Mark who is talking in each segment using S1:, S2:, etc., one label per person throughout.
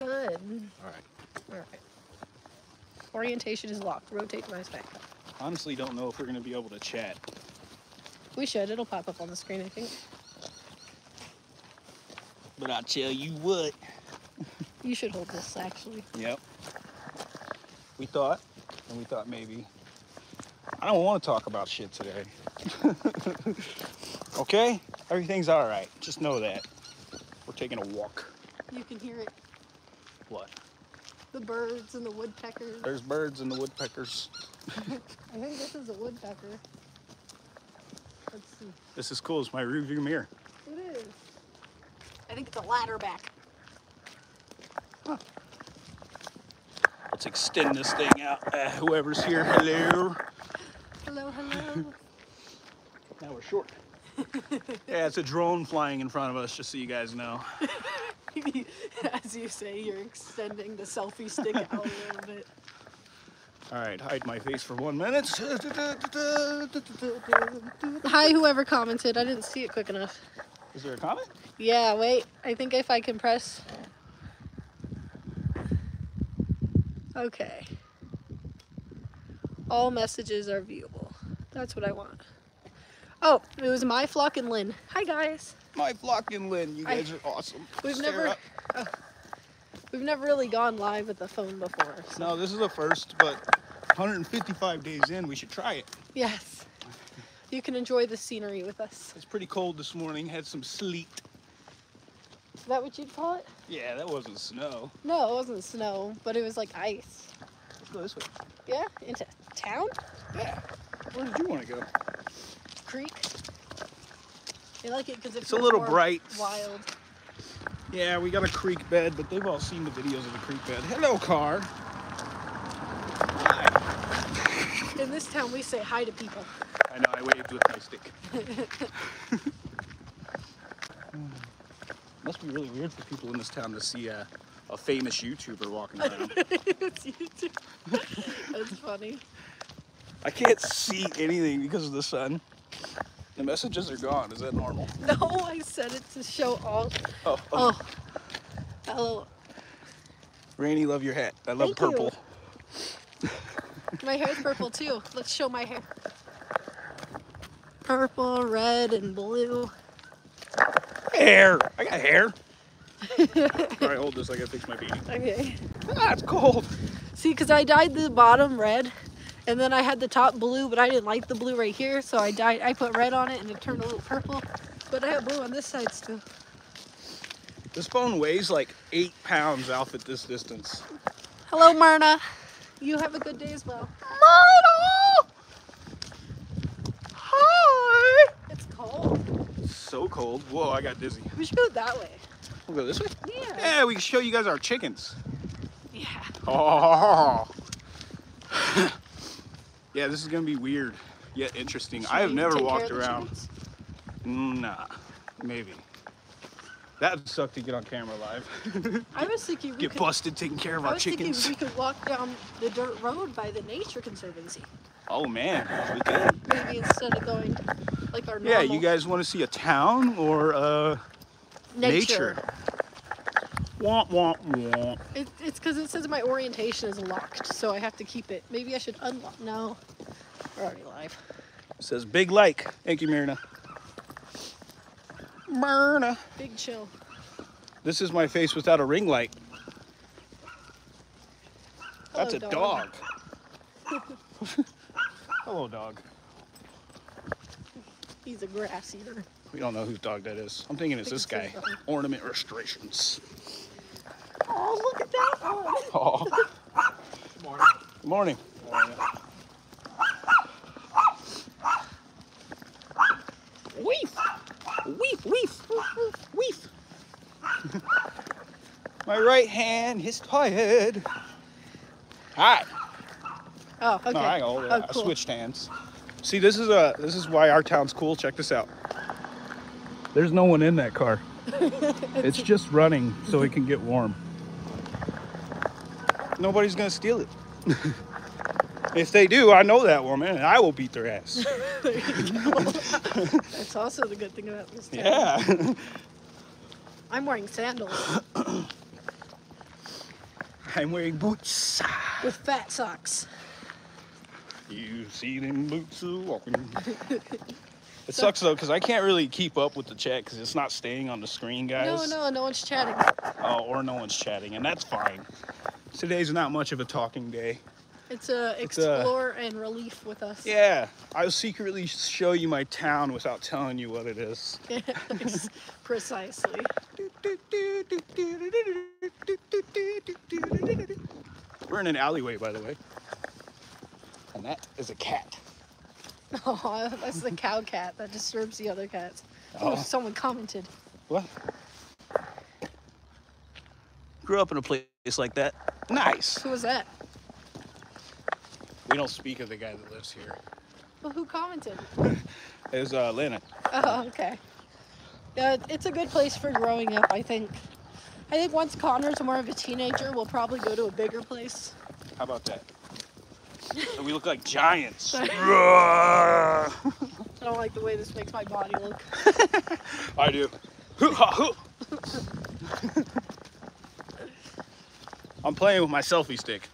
S1: Good.
S2: All right.
S1: All right. Orientation is locked. Rotate mice back up.
S3: Honestly, don't know if we're gonna be able to chat.
S1: We should. It'll pop up on the screen, I think.
S3: But I tell you what.
S1: You should hold this, actually.
S3: Yep. We thought, and we thought maybe. I don't want to talk about shit today. okay? Everything's all right. Just know that. We're taking a walk.
S1: You can hear it.
S3: What?
S1: The birds and the woodpeckers.
S3: There's birds and the woodpeckers.
S1: I think this is a woodpecker. Let's see.
S3: This is cool. It's my rear view mirror.
S1: It is. I think it's a ladder back.
S3: Let's extend this thing out. Uh, whoever's here, hello.
S1: Hello, hello.
S3: Now we're short. yeah, it's a drone flying in front of us, just so you guys know.
S1: As you say, you're extending the selfie stick out a little bit.
S3: All right, hide my face for one minute.
S1: Hi, whoever commented. I didn't see it quick enough.
S3: Is there a comment?
S1: Yeah, wait. I think if I can press. Okay. All messages are viewable. That's what I want. Oh, it was my flock and Lynn. Hi, guys.
S3: My flock and Lynn, you
S1: I-
S3: guys are awesome.
S1: We've
S3: Sarah-
S1: never. oh. we've never really gone live with the phone before. so-
S3: No, this is the first, but 155 days in, we should try it.
S1: Yes. You can enjoy the scenery with us.
S3: It's pretty cold this morning. Had some sleet.
S1: Is that what you'd call it?
S3: Yeah, that wasn't snow.
S1: No, it wasn't snow, but it was like ice.
S3: Let's go this way.
S1: Yeah, into town?
S3: Yeah. Where did you want to go?
S1: creek. They like it because
S3: It's a little bright.
S1: Wild.
S3: Yeah, we got a creek bed, but they've all seen the videos of the creek bed. Hello, car.
S1: In this town, we say hi to people.
S3: I know, I waved with my stick. Must be really weird for people in this town to see a, a famous YouTuber walking around.
S1: it's YouTube. That's funny.
S3: I can't see anything because of the sun. The messages are gone. Is that normal?
S1: No, I said it to show all.
S3: Oh, oh.
S1: Oh, hello.
S3: Rainy, love your hat. I love
S1: Thank you.
S3: purple.
S1: My hair's purple too. Let's show my hair. Purple, red, and blue.
S3: Hair. I got hair. All right, hold this. I gotta fix my beanie.
S1: Okay.
S3: Ah, it's cold.
S1: See, because I dyed the bottom red, and then I had the top blue, but I didn't like the blue right here, so I dyed. I put red on it, and it turned a little purple. But I have blue on this side still.
S3: This phone weighs like eight pounds off at this distance.
S1: Hello, Myrna. You have a good day as well.
S3: Myrtle! Hi!
S1: It's cold.
S3: So cold. Whoa, I got dizzy.
S1: We should go that way.
S3: We'll go this way.
S1: Yeah.
S3: Yeah, we can show you guys our chickens.
S1: Yeah.
S3: Oh. yeah, this is gonna be weird yet interesting. I
S1: Should
S3: have
S1: we
S3: never
S1: take care
S3: walked
S1: of the
S3: around.
S1: chickens?
S3: Nah, maybe. That would suck to get on camera live.
S1: I was thinking we
S3: get
S1: could.
S3: busted taking care of
S1: I
S3: our
S1: was
S3: chickens.
S1: thinking we could walk down the dirt road by the nature conservancy.
S3: Oh man, we could.
S1: Maybe instead of going like our normal
S3: Yeah, you guys want to see a town or uh,
S1: nature.
S3: nature? Womp womp womp.
S1: It, it's because it says my orientation is locked, so I have to keep it. Maybe I should unlock. No, we're already live.
S3: says big like. Thank you, Myrna. Myrna.
S1: Big chill.
S3: This is my face without a ring light. That's a
S1: Hello,
S3: dog. Hello, dog.
S1: He's a grass eater.
S3: We don't know whose dog that is. I'm thinking it's
S1: Think
S3: this
S1: it's
S3: guy.
S1: his dog.
S3: Ornament restorations.
S1: Oh, look at that one!
S3: Oh. Good morning. Weef! Weef, weef, weef, weef. My right hand is tired. Hi.
S1: Oh, okay.
S3: No, I, hold it.
S1: oh,
S3: I
S1: cool.
S3: switched hands. See, this is a this is why our town's cool. Check this out. There's no one in that car. it's just running so it can get warm. Nobody's gonna steal it. if they do, I know that woman, and I will beat their ass.
S1: That's also the good thing about this town.
S3: yeah.
S1: I'm wearing sandals.
S3: I'm wearing boots.
S1: with fat socks.
S3: You see them boots a walking. it sucks though, because I can't really keep up with the chat because it's not staying on the screen, guys.
S1: No, no, no one's chatting.
S3: Uh, or no one's chatting, and that's fine. Today's not much of a talking day.
S1: It's a
S3: It's, uh,
S1: explore and relief with us.
S3: Yeah, I'll secretly show you my town without telling you what it is.
S1: Precisely.
S3: We're in an alleyway, by the way. And that is a cat.
S1: Oh, that's the cow cat that disturbs the other cats. Oh,
S3: Oh.
S1: someone commented.
S3: What? Grew up in a place like that. Nice.
S1: Who was that?
S3: We don't speak of the guy that lives here.
S1: Well, who commented?
S3: It's uh, Lennon.
S1: Oh, okay. Yeah, it- it's a good place for growing up, I think. I think once Connor's more of a teenager, we'll probably go to a bigger place.
S3: How about that? And we look like giants. Roar.
S1: I don't like the way this makes my body look.
S3: I do. Hoo ha hoo. I'm playing with my selfie stick.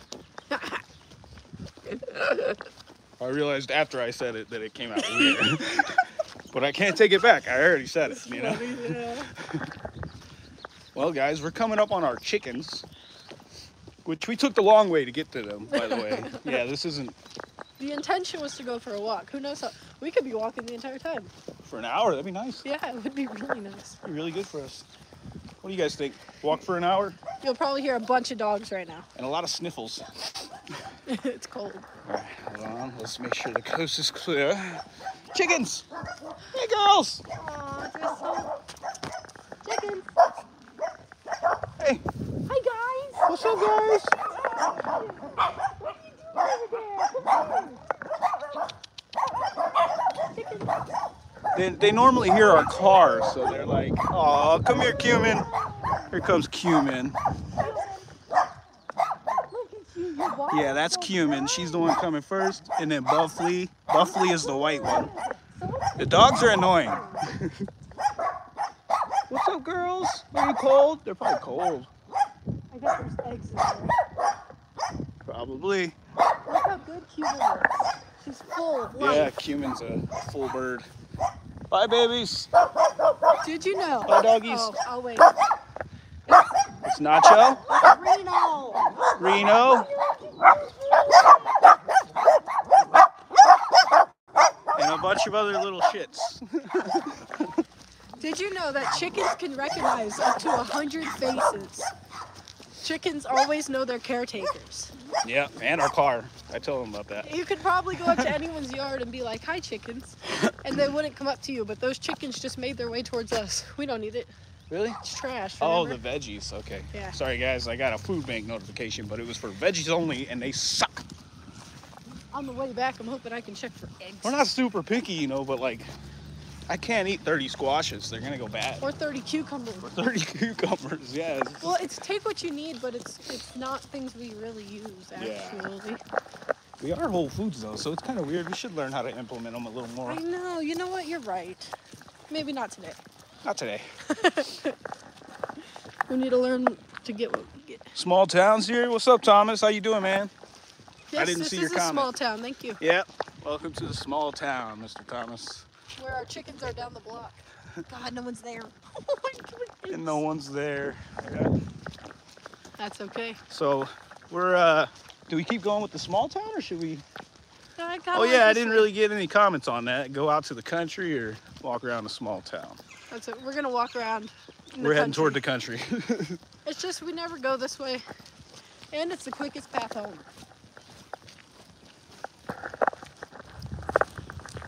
S3: I realized after I said it that it came out weird. but I can't take it back. I already said it, you know.
S1: Yeah.
S3: Well, guys, we're coming up on our chickens, which we took the long way to get to them, by the way. yeah, this isn't
S1: The intention was to go for a walk. Who knows how? We could be walking the entire time.
S3: for an hour. That'd be nice.
S1: Yeah, it would be really nice.
S3: That'd be really good for us. What do you guys think? Walk for an hour
S1: You'll probably hear a bunch of dogs right now.
S3: and a lot of sniffles.
S1: it's cold.
S3: All right, hold on. Let's make sure the coast is clear. Chickens! Hey, girls!
S1: Aw, they're so chickens.
S3: Hey,
S1: Hi guys.
S3: what's up, guys? They, they normally hear our car, so they're like, "Aw, come here, cumin." Here comes cumin. Yeah, that's cumin. She's the one coming first, and then Buffly. Buffly is the white one. The dogs are annoying. What's up, girls? Are you cold? They're probably cold.
S1: I got there's eggs in there.
S3: Probably.
S1: Look how good Cuban looks. She's full of
S3: Yeah,
S1: life.
S3: cumin's a full bird. Bye, babies.
S1: Did you know?
S3: Hi, doggies.
S1: Oh, oh wait.
S3: It's Nacho,
S1: Reno.
S3: Reno, and a bunch of other little shits.
S1: Did you know that chickens can recognize up to a hundred faces? Chickens always know their caretakers.
S3: Yeah, and our car. I told them about that.
S1: You could probably go up to anyone's yard and be like, "Hi, chickens," and they wouldn't come up to you. But those chickens just made their way towards us. We don't need it.
S3: Really?
S1: It's trash.
S3: Oh, the
S1: remember?
S3: veggies. Okay.
S1: Yeah.
S3: Sorry, guys. I got a food bank notification, but it was for veggies only, and they suck.
S1: on the way back, I'm hoping I can check for eggs.
S3: We're not super picky, you know, but like, I can't eat 30 squashes. They're gonna go bad.
S1: Or 30 cucumbers.
S3: 30 cucumbers. Yeah. it's-
S1: Well, it's take what you need, but it's it's not things we really use
S3: Yeah.
S1: actually.
S3: We are Whole Foods though, so it's kind of weird. We should learn how to implement them a little more.
S1: I know. You know what? You're right. Maybe not today.
S3: Not today.
S1: We need to learn to get what we get.
S3: Small towns here. What's up, Thomas? How you doing, man?
S1: Yes,
S3: didn't
S1: this
S3: see
S1: is
S3: your
S1: a
S3: comment.
S1: small town. Thank you.
S3: Yep. Welcome to the small town, Mr. Thomas.
S1: Where our chickens are down the block. God, no one's there. Oh
S3: And no one's there.
S1: That's okay.
S3: So we're uh do we keep going with the small town or should we
S1: No, I kinda
S3: Oh
S1: like
S3: yeah, I
S1: this
S3: didn't
S1: one.
S3: really get any comments on that. Go out to the country or walk around a small town.
S1: That's it. We're gonna walk around. in the
S3: We're heading toward the
S1: country.
S3: country.
S1: It's just we never go this way, and it's the quickest path home.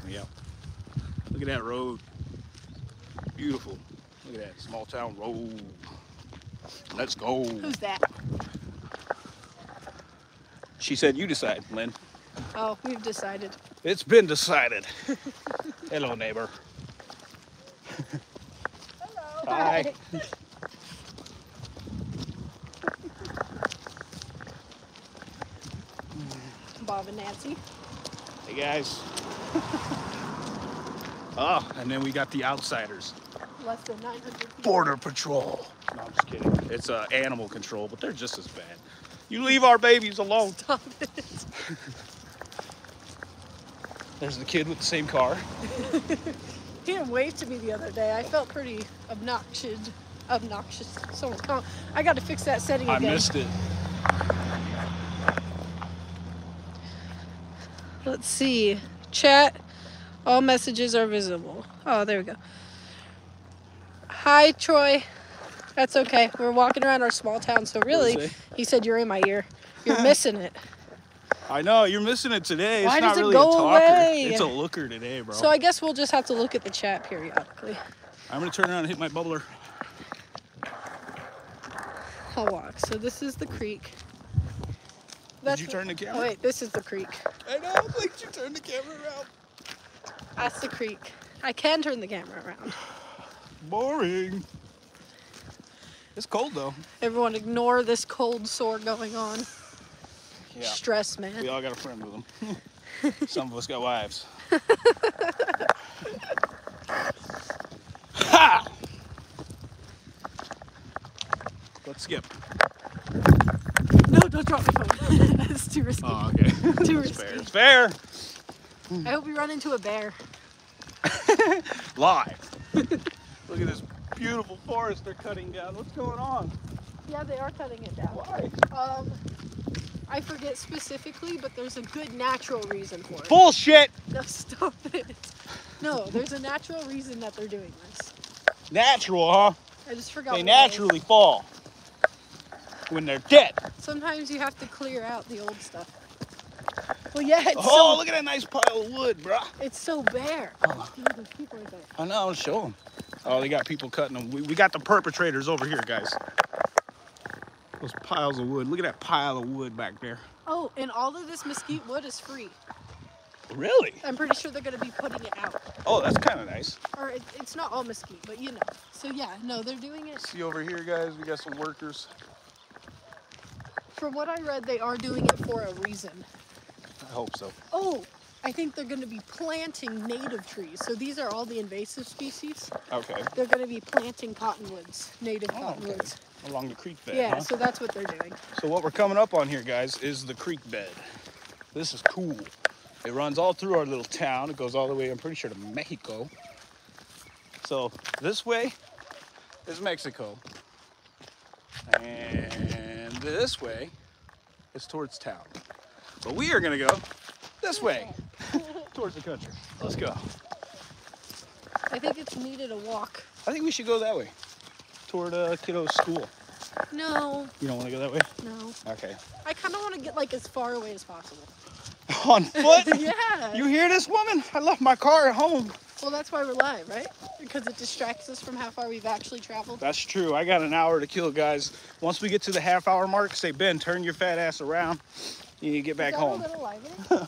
S3: yep. Look at that road. Beautiful. Look at that small town road. Let's go.
S1: Who's that?
S3: She said you decide, Lynn.
S1: Oh, we've decided.
S3: It's been decided. Hello, neighbor. Hi.
S1: Bob and Nancy.
S3: Hey, guys. oh, and then we got the outsiders.
S1: Less than 900 people.
S3: Border Patrol. No, I'm just kidding. It's uh, animal control, but they're just as bad. You leave our babies alone.
S1: Stop it.
S3: There's the kid with the same car.
S1: He didn't wave to me the other day. I felt pretty obnoxious. Obnoxious. So oh, I got to fix that setting
S3: I
S1: again.
S3: missed it.
S1: Let's see. Chat. All messages are visible. Oh, there we go. Hi, Troy. That's okay. We're walking around our small town, so really,
S3: say?
S1: he said you're in my ear. You're missing it.
S3: I know you're missing it today.
S1: Why
S3: it's not
S1: does it
S3: really
S1: go
S3: a talker.
S1: away?
S3: It's a looker today, bro.
S1: So I guess we'll just have to look at the chat periodically.
S3: I'm gonna turn around and hit my bubbler.
S1: I'll walk. So this is the creek.
S3: you turn the camera?
S1: Oh, wait, this is the creek.
S3: I know. I'm like you turned the camera around.
S1: That's the creek. I can turn the camera around.
S3: Boring. It's cold though.
S1: Everyone ignore this cold sore going on.
S3: Yeah.
S1: Stress, man.
S3: We all got a friend with them. Some of us got wives. ha! Let's skip.
S1: No, don't drop my phone. That's too risky.
S3: Oh, okay.
S1: too
S3: It's fair.
S1: risky.
S3: It's fair.
S1: I hope we run into a bear.
S3: Live. Look at this beautiful forest they're cutting down. What's going on?
S1: Yeah, they are cutting it down.
S3: Why?
S1: Um, I forget specifically, but there's a good natural reason for it.
S3: Bullshit.
S1: No, stop it. No, there's a natural reason that they're doing this.
S3: Natural, huh?
S1: I just forgot. what it
S3: They
S1: was.
S3: naturally fall when they're dead.
S1: Sometimes you have to clear out the old stuff. Well, yeah, it's,
S3: Oh,
S1: so,
S3: look at that nice pile of wood, bruh.
S1: it's so bare.
S3: Oh.
S1: Dude, there's people right there.
S3: I know, I'll show them. Oh, they got people cutting them. We, we got the perpetrators over here, guys. Those piles of wood. Look at that pile of wood back there.
S1: Oh, and all of this mesquite wood is free.
S3: Really?
S1: I'm pretty sure they're going to be putting it out.
S3: Oh, that's kind of nice.
S1: Or it, it's not all mesquite, but you know. So, yeah, no, they're doing it.
S3: See over here, guys, we got some workers.
S1: From what I read, they are doing it for a reason.
S3: I hope so.
S1: Oh, I think they're going to be planting native trees. So, these are all the invasive species.
S3: Okay.
S1: They're going to be planting cottonwoods, native
S3: Oh, okay.
S1: cottonwoods.
S3: Along the creek bed.
S1: Yeah,
S3: huh?
S1: so that's what they're doing.
S3: So what we're coming up on here, guys, is the creek bed. This is cool. It runs all through our little town. It goes all the way, I'm pretty sure, to Mexico. So this way is Mexico. And this way is towards town. But we are gonna go this way towards the country. Let's go.
S1: I think it's needed a walk.
S3: I think we should go that way toward uh, kiddo's school.
S1: No,
S3: You don't want to go that way?
S1: no.
S3: Okay.
S1: I kind of want to get like as far away as possible.
S3: On foot?
S1: yeah.
S3: You hear this woman? I left my car at home.
S1: Well, that's why we're live, right? Because it distracts us from how far we've actually traveled.
S3: That's true. I got an hour to kill, guys. Once we get to the half hour mark, say, Ben, turn your fat ass around. You need to get back
S1: is that
S3: home.
S1: A little lighter?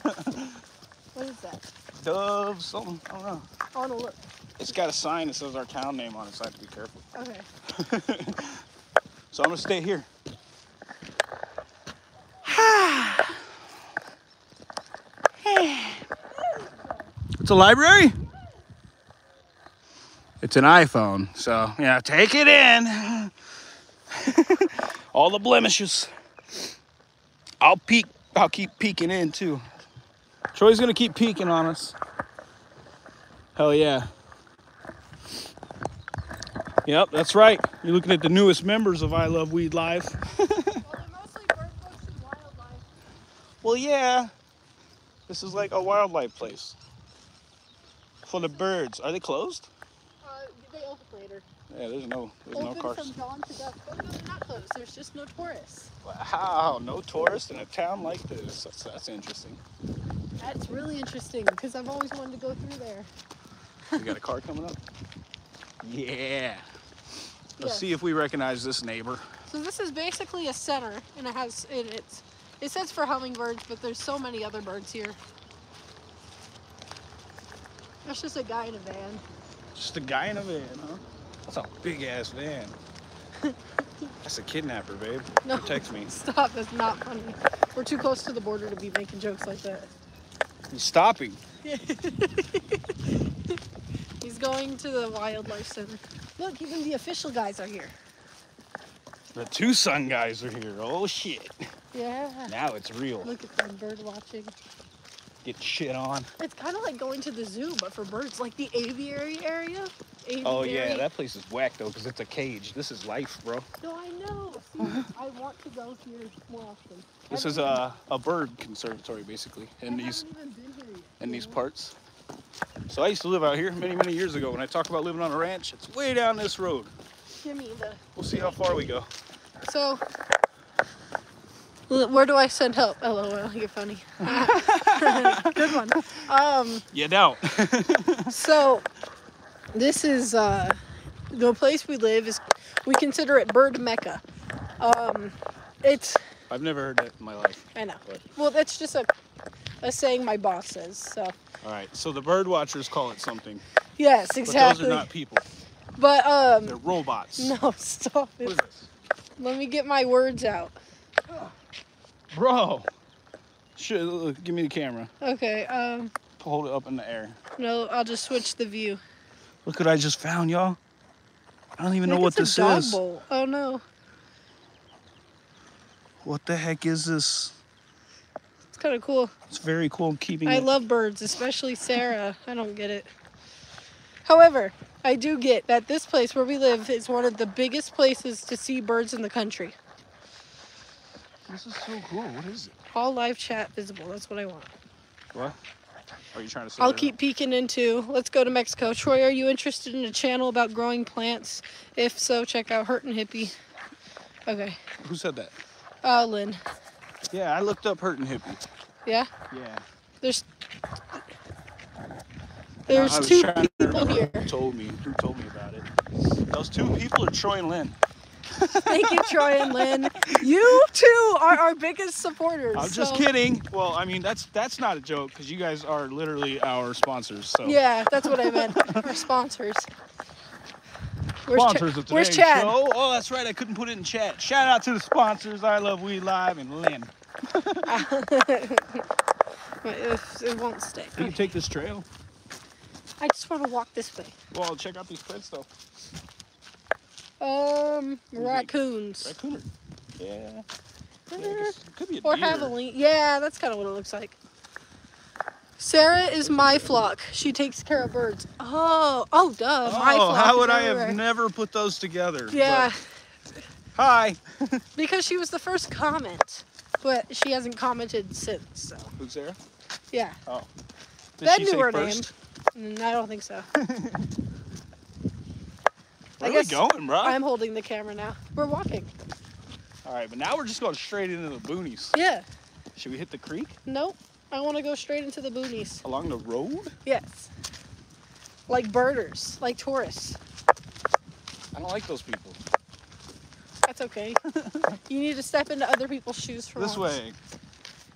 S1: what is that?
S3: Dove, something. I don't know.
S1: I want to look.
S3: It's got a sign that says our town name on it, so I have to be careful.
S1: Okay.
S3: So I'm going to stay here. it's a library? It's an iPhone, so yeah, take it in. All the blemishes. I'll peek. I'll keep peeking in too. Troy's gonna keep peeking on us. Hell yeah. Yep, that's right. You're looking at the newest members of I Love Weed Live.
S1: Well, they're mostly bird folks and wildlife.
S3: Well, yeah. This is like a wildlife place for the birds. Are they closed?
S1: Uh, they open later.
S3: Yeah, there's no, there's no
S1: open
S3: cars.
S1: from dawn to dusk. Oh, no, they're not closed. There's just no tourists.
S3: Wow, no tourists in a town like this. That's, that's interesting.
S1: That's really interesting because I've always wanted to go through there.
S3: We got a car coming up. Yeah. Let's
S1: Yeah.
S3: see if we recognize this neighbor.
S1: So this is basically a center, and it has it, it's it says for hummingbirds, but there's so many other birds here. That's just a guy in a van.
S3: Just a guy in a van, huh? That's a big ass van. That's a kidnapper, babe.
S1: No.
S3: Protect me.
S1: Stop, that's not funny. We're too close to the border to be making jokes like that.
S3: He's stopping.
S1: He's going to the wildlife center. Look, even the official guys are here.
S3: The Tucson guys are here. Oh shit.
S1: Yeah.
S3: Now it's real.
S1: Look at them bird watching.
S3: Get shit on.
S1: It's kind of like going to the zoo, but for birds, like the aviary area.
S3: Oh
S1: Aviary.
S3: yeah, that place is whack though, cause it's a cage. This is life, bro.
S1: No, I know. See, I want to go here more often.
S3: This is uh, a, a bird conservatory basically in
S1: And
S3: these
S1: these
S3: in these parts. So I used to live out here many many years ago. When I talk about living on a ranch, it's way down this road.
S1: Jimmy, the
S3: We'll see how far we go.
S1: So, l- where do I send help? LOL, you're funny. Good one. Um,
S3: Yeah, doubt.
S1: so, this is uh, the place we live is we consider it Bird Mecca. Um, it's
S3: I've never heard that in my life.
S1: I know.
S3: What?
S1: Well, that's just a a saying my boss says. So
S3: All right, so the bird watchers call it something,
S1: yes,
S3: but
S1: exactly.
S3: those are not people.
S1: But
S3: They're
S1: um,
S3: robots.
S1: no, stop
S3: What is
S1: it.
S3: this?
S1: Let me get my words out.
S3: Bro. Shit, look, give me the camera.
S1: Okay. Um,
S3: Hold it up in the air.
S1: no, I'll just switch the view.
S3: Look what I just found, y'all. I don't even
S1: I
S3: know
S1: think
S3: what
S1: it's a
S3: this
S1: dog
S3: is.
S1: bowl. Oh no.
S3: What the heck is this?
S1: It's kind of cool.
S3: It's very cool keeping
S1: I
S3: it.
S1: love birds, especially Sarah. I don't get it. However, I do get that this place where we live is one of the biggest places to see birds in the country.
S3: this is so cool. What is it?
S1: All live chat visible. That's what I want.
S3: What? Are you trying to say?
S1: I'll
S3: that?
S1: keep peeking into. Let's go to Mexico. Troy, are you interested in a channel about growing plants? If so, check out Hurt and Hippie. Okay.
S3: Who said that?
S1: Uh, Lynn.
S3: Yeah, I looked up Hurt and Hippie.
S1: Yeah.
S3: Yeah.
S1: There's.
S3: I
S1: There's
S3: was
S1: two
S3: trying to
S1: people
S3: remember
S1: here.
S3: Who told me? Who told me about it? Those two people are Troy and Lynn.
S1: Thank you, Troy and Lynn. You two are our biggest supporters.
S3: I'm just
S1: so-
S3: kidding. Well, I mean that's that's not a joke because you guys are literally our sponsors. So
S1: Yeah, that's what I meant. Our sponsors. Where's, Cha-
S3: sponsors of today's
S1: where's Chad?
S3: show. Oh, that's right. I couldn't put it in chat. Shout out to the sponsors. I love We Live and Lynn.
S1: Wait, if- It won't stay.
S3: Can you take this trail?
S1: I just want to walk this way.
S3: Well, check out these plants though.
S1: Um,
S3: Who's
S1: raccoons.
S3: Raccooner. Yeah. yeah I
S1: Uh,
S3: guess it could be a
S1: Or
S3: deer.
S1: javelin. Yeah, that's kind of what it looks like. Sarah is my flock. She takes care of birds. Oh, oh, duh. my
S3: Oh,
S1: flock
S3: how
S1: is
S3: would I have
S1: everywhere.
S3: never put those together? But-
S1: Yeah,
S3: hi.
S1: because she was the first comment, but she hasn't commented since. So
S3: Who's there?
S1: yeah,
S3: Oh. Did
S1: Ben
S3: she
S1: knew
S3: say
S1: her
S3: first?
S1: name. Mm, I don't think so.
S3: Where
S1: I
S3: are
S1: guess
S3: we going, bro?
S1: I'm holding the camera now. We're walking.
S3: All right, but now we're just going straight into the boonies.
S1: Yeah.
S3: Should we hit the creek
S1: Nope. I want to go straight into the boonies.
S3: along the road?
S1: Yes. Like birders, like tourists.
S3: I don't like those people.
S1: That's okay. you need to step into other people's shoes for
S3: This
S1: once.
S3: way.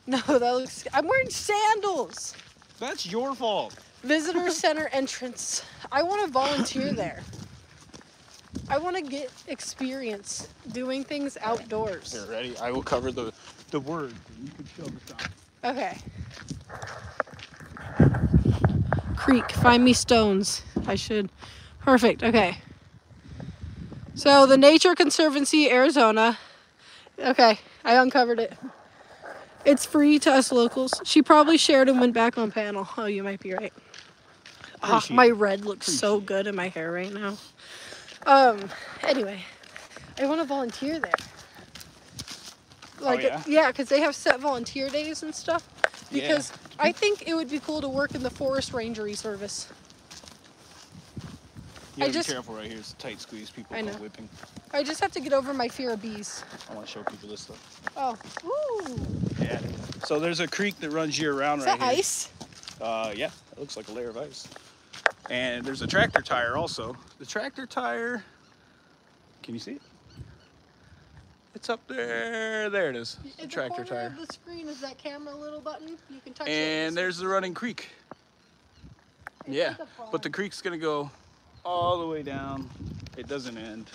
S1: No, that looks. I'm wearing sandals.
S3: That's your fault.
S1: Visitor center entrance. I want to volunteer there. I want to get experience doing things outdoors.
S3: Here, ready? I will cover the the word. and You can show the top.
S1: Okay. Creek, find me stones. I should. Perfect. Okay. So the Nature Conservancy, Arizona. Okay, I uncovered it. It's free to us locals. She probably shared and went back on panel. Oh, you might be right. Ah,
S3: Appreciate
S1: my
S3: it.
S1: red looks so good in my hair right now. Um. Anyway, I want to volunteer there. Like,
S3: Oh, yeah?
S1: yeah, because they have set volunteer days and stuff.
S3: Yeah.
S1: Because I think it would be cool to work in the forest rangery service.
S3: You
S1: I
S3: gotta
S1: just-
S3: be careful right here. It's a tight squeeze. People
S1: I
S3: come
S1: know.
S3: whipping.
S1: I just have to get over my fear of bees.
S3: I want to show people this stuff.
S1: Oh, ooh,
S3: Yeah. So there's a creek that runs year round
S1: is
S3: right
S1: that
S3: here.
S1: ice?
S3: Uh, yeah, it looks like a layer of ice. And there's a tractor tire also. The tractor tire, can you see it? It's up there. There it is.
S1: At the
S3: tractor
S1: corner
S3: tire.
S1: of the screen is that camera little button. You can touch it.
S3: And there's the running creek.
S1: It's
S3: yeah,
S1: like a Oh,
S3: but the
S1: pond.
S3: creek's gonna go all the way down. It doesn't end.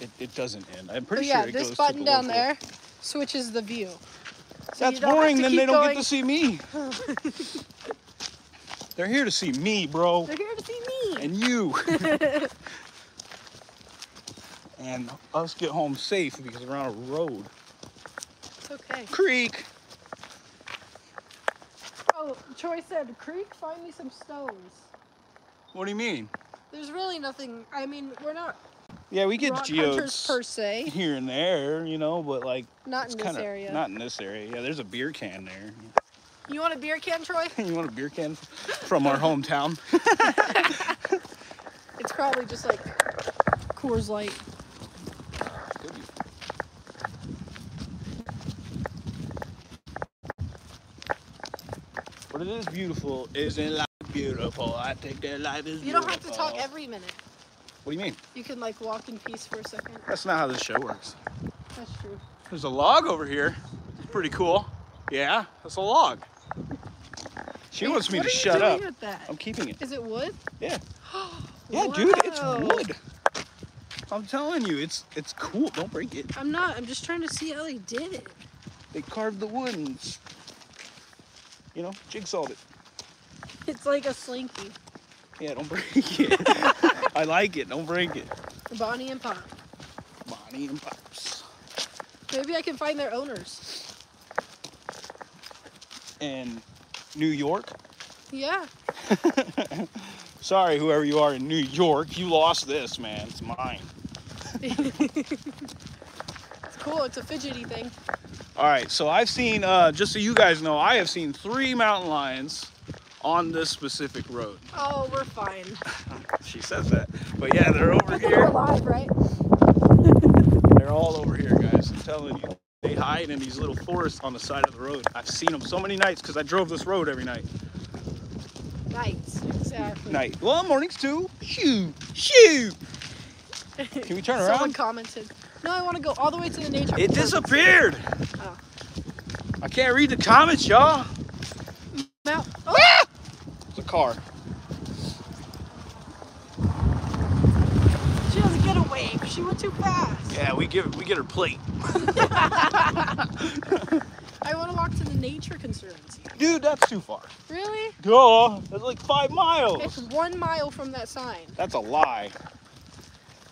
S3: It, it doesn't end. I'm
S1: But
S3: pretty
S1: yeah,
S3: sure it
S1: this
S3: goes
S1: button
S3: to the
S1: down
S3: local-
S1: there switches the view. So
S3: That's
S1: you don't have
S3: boring.
S1: to
S3: Then
S1: keep
S3: they don't
S1: going.
S3: get to see me. They're here to see me, bro.
S1: They're here to see me.
S3: and you. and us get home safe because we're on a road.
S1: It's okay.
S3: Creek.
S1: Oh, Troy said, Creek, find me some stones.
S3: What do you mean?
S1: There's really nothing. I mean, we're not
S3: Yeah, we get
S1: rock hunters
S3: geodes
S1: per se.
S3: here and there, you know, but like
S1: Not
S3: it's
S1: in this
S3: kinda,
S1: area.
S3: Not in this area. Yeah, there's a beer can there.
S1: You want a beer can, Troy?
S3: you want a beer can from our hometown?
S1: It's probably just like Coors Light.
S3: But it is beautiful. Isn't life beautiful? I think that life is beautiful.
S1: You don't have to talk every minute.
S3: What do you mean?
S1: You can like walk in peace for a second.
S3: That's not how this show works.
S1: That's true.
S3: There's a log over here. It's pretty cool. Yeah, that's a log. She
S1: Wait,
S3: wants me
S1: what
S3: to
S1: are you
S3: shut
S1: doing
S3: up.
S1: With that?
S3: I'm keeping it.
S1: Is it wood?
S3: Yeah. Yeah, dude, it's
S1: Wow.
S3: wood. I'm telling you, it's it's cool. Don't break it.
S1: I'm not. I'm just trying to see how they did it.
S3: They carved the wood and s- you know, jigsawed it.
S1: It's like a slinky.
S3: Yeah, don't break it. I like it. Don't break it.
S1: Bonnie and Pop.
S3: Bonnie and Pops.
S1: Maybe I can find their owners.
S3: And New York.
S1: Yeah.
S3: Sorry, whoever you are in New York, you lost this, man. It's mine.
S1: it's cool. It's a fidgety thing.
S3: All right, so I've seen, uh, just so you guys know, I have seen three mountain lions on this specific road.
S1: Oh, we're fine.
S3: She says that. But yeah, they're over
S1: We're
S3: here.
S1: alive, right?
S3: They're all over here, guys. I'm telling you. They hide in these little forests on the side of the road. I've seen them so many nights because I drove this road every night.
S1: Nights. Exactly.
S3: Night. Well, mornings too. Shoo, shoo. Can we turn
S1: Someone
S3: around?
S1: commented. No, I want to go all the way to the nature.
S3: It
S1: conservancy."
S3: disappeared.
S1: Oh.
S3: I can't read the comments, y'all.
S1: Mount. Oh,
S3: Ah! It's a car.
S1: she doesn't get away. She went too fast.
S3: Yeah, we give we get her plate.
S1: I want to walk to the nature conservancy.
S3: Dude, that's too far.
S1: Really?
S3: Duh, that's like five
S1: It's
S3: miles.
S1: one mile from that sign.
S3: That's a lie.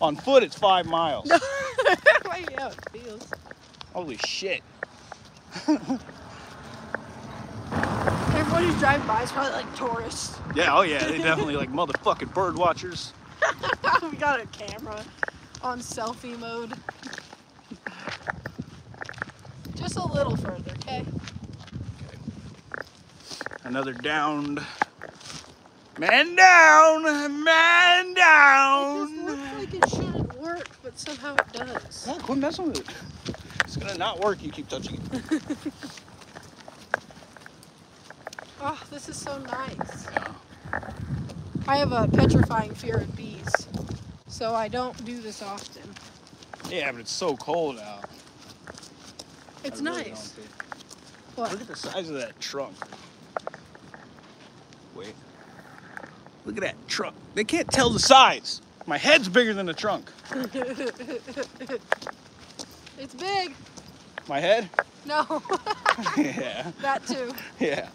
S3: On foot, it's five miles.
S1: Wait, yeah, it feels.
S3: Holy shit.
S1: Everyone who's driving by is probably like tourists.
S3: Yeah, oh yeah, they definitely like motherfucking bird watchers.
S1: we got a camera on selfie mode. Just a little further, okay?
S3: Another downed. Man down!
S1: It just
S3: Man down!
S1: looks like it shouldn't work, but somehow it does.
S3: Yeah, quit messing with it. It's gonna not work, you keep touching it.
S1: Oh, this is so nice. I have a petrifying fear of bees, so I don't do this often.
S3: Yeah, but it's so cold out.
S1: It's
S3: I really don't
S1: nice.
S3: think-
S1: What?
S3: Look at the size of that trunk. Wait. Look at that trunk. They can't tell the size. My head's bigger than the trunk.
S1: It's big.
S3: My head?
S1: No,
S3: yeah.
S1: that too.
S3: Yeah.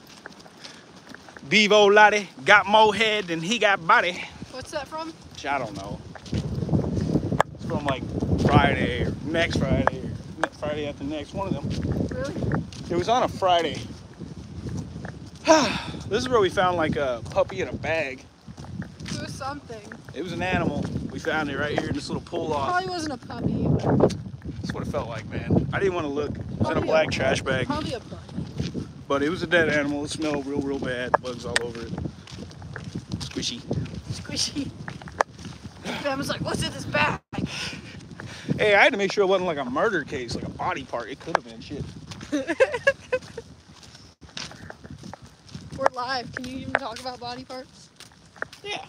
S3: Bevo Lottie got more head than he got body.
S1: What's that from?
S3: Which I don't know. It's from like Friday or next Friday or next Friday after next one of them.
S1: Really?
S3: It was on a Friday. this is where we found like a puppy in a bag.
S1: It was something.
S3: It was an animal. We found it right here in this little pull off.
S1: Probably wasn't a puppy. but
S3: That's what it felt like, man. I didn't want to look. It was in a
S1: Probably a-
S3: black trash bag,
S1: Probably a pug.
S3: but it was a dead animal. It smelled real, real bad. Bugs all over it. Squishy.
S1: Squishy. Pam was like, what's in this bag?
S3: Hey, I had to make sure it wasn't like a murder case, like a body part. It could have been shit.
S1: We're live. Can you even talk about body parts?
S3: Yeah.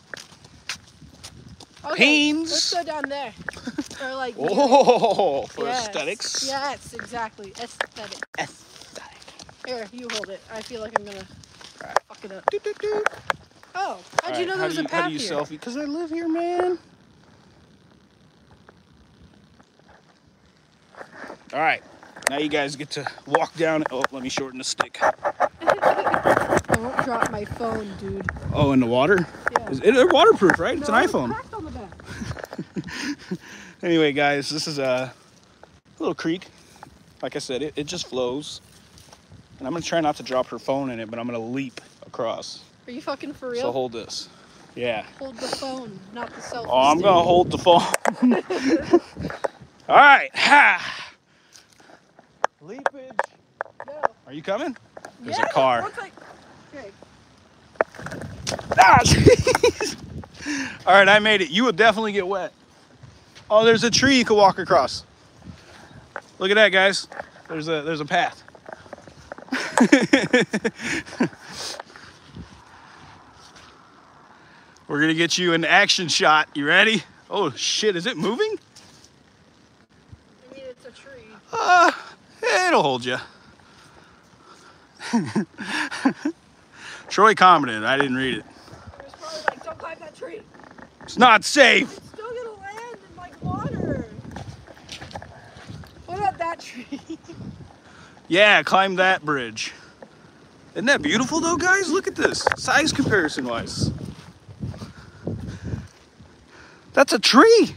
S1: Okay,
S3: Pains.
S1: Let's go down there. Or like.
S3: Oh, for
S1: yes.
S3: aesthetics.
S1: Yes, exactly. Aesthetic.
S3: Aesthetic.
S1: Here, you hold it. I feel like I'm gonna
S3: Alright.
S1: fuck it up.
S3: Doot, doot, doot.
S1: Oh, how'd you
S3: Alright,
S1: know
S3: how
S1: there was
S3: do
S1: a
S3: you-
S1: path
S3: How do you
S1: here?
S3: selfie? Because I live here, man. All right. Now you guys get to walk down. Oh, let me shorten the stick.
S1: I won't drop my phone, dude.
S3: Oh, in the water?
S1: Yeah.
S3: Is it, they're waterproof, right? It's
S1: No,
S3: an
S1: there's a
S3: iPhone.
S1: crack on the back.
S3: Anyway, guys, this is a little creek. Like I said, it, it just flows. And I'm gonna try not to drop her phone in it, but I'm gonna leap across.
S1: Are you fucking for
S3: So
S1: real?
S3: hold this. Yeah.
S1: Hold the phone, not the cell phone.
S3: Oh, I'm gonna hold the phone. All right. Ha. Leapage.
S1: No.
S3: Are you coming? There's
S1: Yeah,
S3: a car.
S1: looks like- Okay.
S3: Ah, jeez. All right, I made it. You will definitely get wet. Oh, there's a tree you can walk across. Look at that, guys. There's a there's a path. We're gonna get you an action shot. You ready? Oh shit, is it moving?
S1: I mean, it's a tree.
S3: Uh, it'll hold you. Troy commented. I didn't read it.
S1: There's probably like, don't climb that tree.
S3: It's not safe.
S1: It's still gonna land in like water. What about that tree?
S3: Yeah, climb that bridge. Isn't that beautiful though, guys? Look at this. Size comparison wise. That's a tree.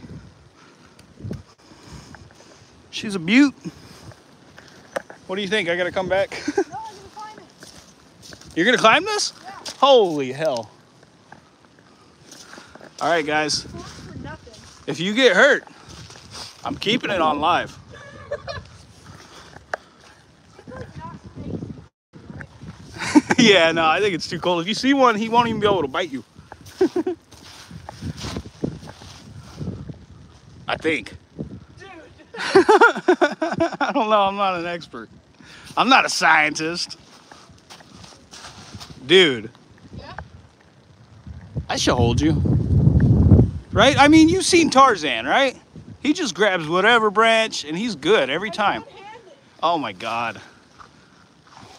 S3: She's a butte. What do you think? I gotta come back?
S1: no, I'm gonna climb it.
S3: You're gonna climb this?
S1: Yeah,
S3: Holy hell. All right, guys.
S1: forks for nothing.
S3: If you get hurt, I'm keeping it on live.
S1: It's like not safe.
S3: yeah, no, I think it's too cold. If you see one, he won't even be able to bite you. I think.
S1: Dude,
S3: I don't know. I'm not an expert. I'm not a scientist. Dude,
S1: yeah,
S3: I should hold you. Right? I mean, you've seen Tarzan, right? He just grabs whatever branch and he's good every
S1: I'm
S3: time.
S1: one-handed.
S3: Oh my god.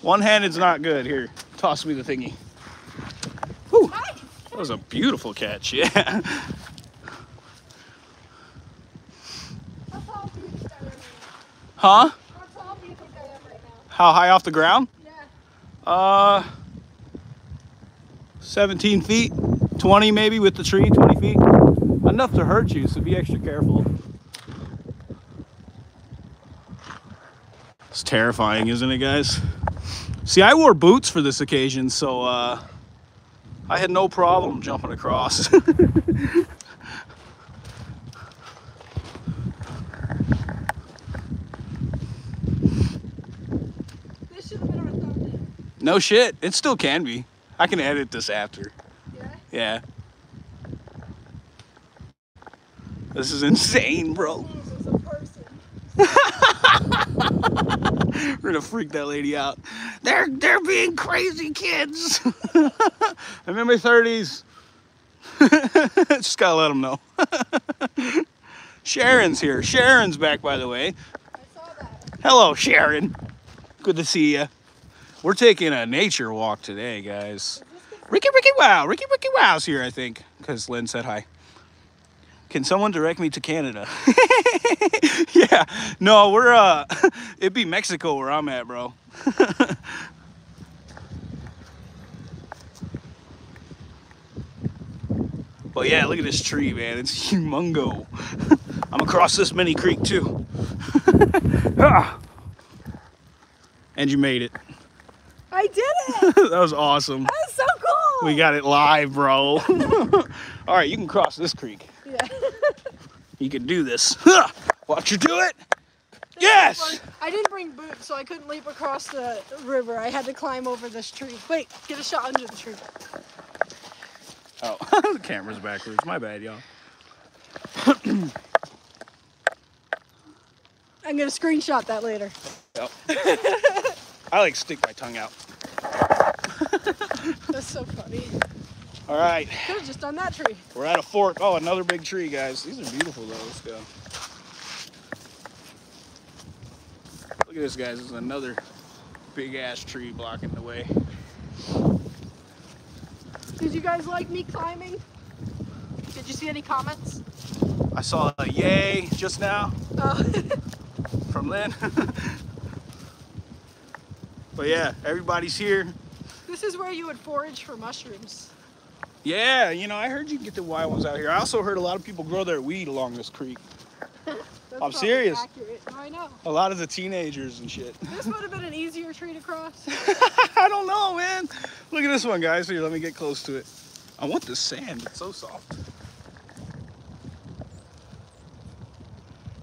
S3: One handed's not good. Here, toss me the thingy. Whew.
S1: Nice.
S3: That was a beautiful catch, yeah.
S1: How tall do you think I am right now?
S3: Huh?
S1: How tall do you think I am right now?
S3: How high off the ground?
S1: Yeah.
S3: Uh, 17 feet, 20 maybe with the tree, 20 feet. Enough to hurt you, so be extra careful. It's terrifying, isn't it, guys? See, I wore boots for this occasion, so uh, I had no problem jumping across.
S1: This should have been our thumbnail.
S3: no shit, it still can be. I can edit this after.
S1: Yeah.
S3: Yeah. This is insane, bro.
S1: Jesus, a person.
S3: We're gonna freak that lady out. They're they're being crazy kids. I'm in my 30s. Just gotta let them know. Sharon's here. Sharon's back, by the way.
S1: I saw that.
S3: Hello, Sharon. Good to see you. We're taking a nature walk today, guys. Ricky Ricky Wow, Ricky Ricky Wow's here, I think, because Lynn said hi. Can someone direct me to Canada? yeah, no, we're uh, it'd be Mexico where I'm at, bro. but yeah, look at this tree, man. It's humongo. I'm across this mini creek too. Ah. and you made it.
S1: I did it.
S3: that was awesome.
S1: That's so cool.
S3: We got it live, bro. All right, you can cross this creek.
S1: Yeah.
S3: You can do this. Huh. Watch you do it. Yes.
S1: I didn't bring boots, so I couldn't leap across the river. I had to climb over this tree. Wait, get a shot under the tree.
S3: Oh, the camera's backwards. My bad, y'all.
S1: I'm gonna screenshot that later.
S3: Yep. I like stick my tongue out.
S1: That's so funny.
S3: All right,
S1: Could have just done that tree.
S3: we're at a fork. Oh, another big tree, guys. These are beautiful though. Let's go. Look at this, guys. There's another big ass tree blocking the way.
S1: Did you guys like me climbing? Did you see any comments?
S3: I saw a yay just now.
S1: Oh,
S3: from Lynn. but yeah, everybody's here.
S1: this is where you would forage for mushrooms.
S3: Yeah, you know, I heard you get the wild ones out here. I also heard a lot of people grow their weed along this creek.
S1: That's
S3: I'm
S1: probably
S3: serious.
S1: Accurate. I know.
S3: A lot of the teenagers and shit.
S1: This would have been an easier tree to cross.
S3: I don't know, man. Look at this one, guys. Here, let me get close to it. I want the sand. It's so soft.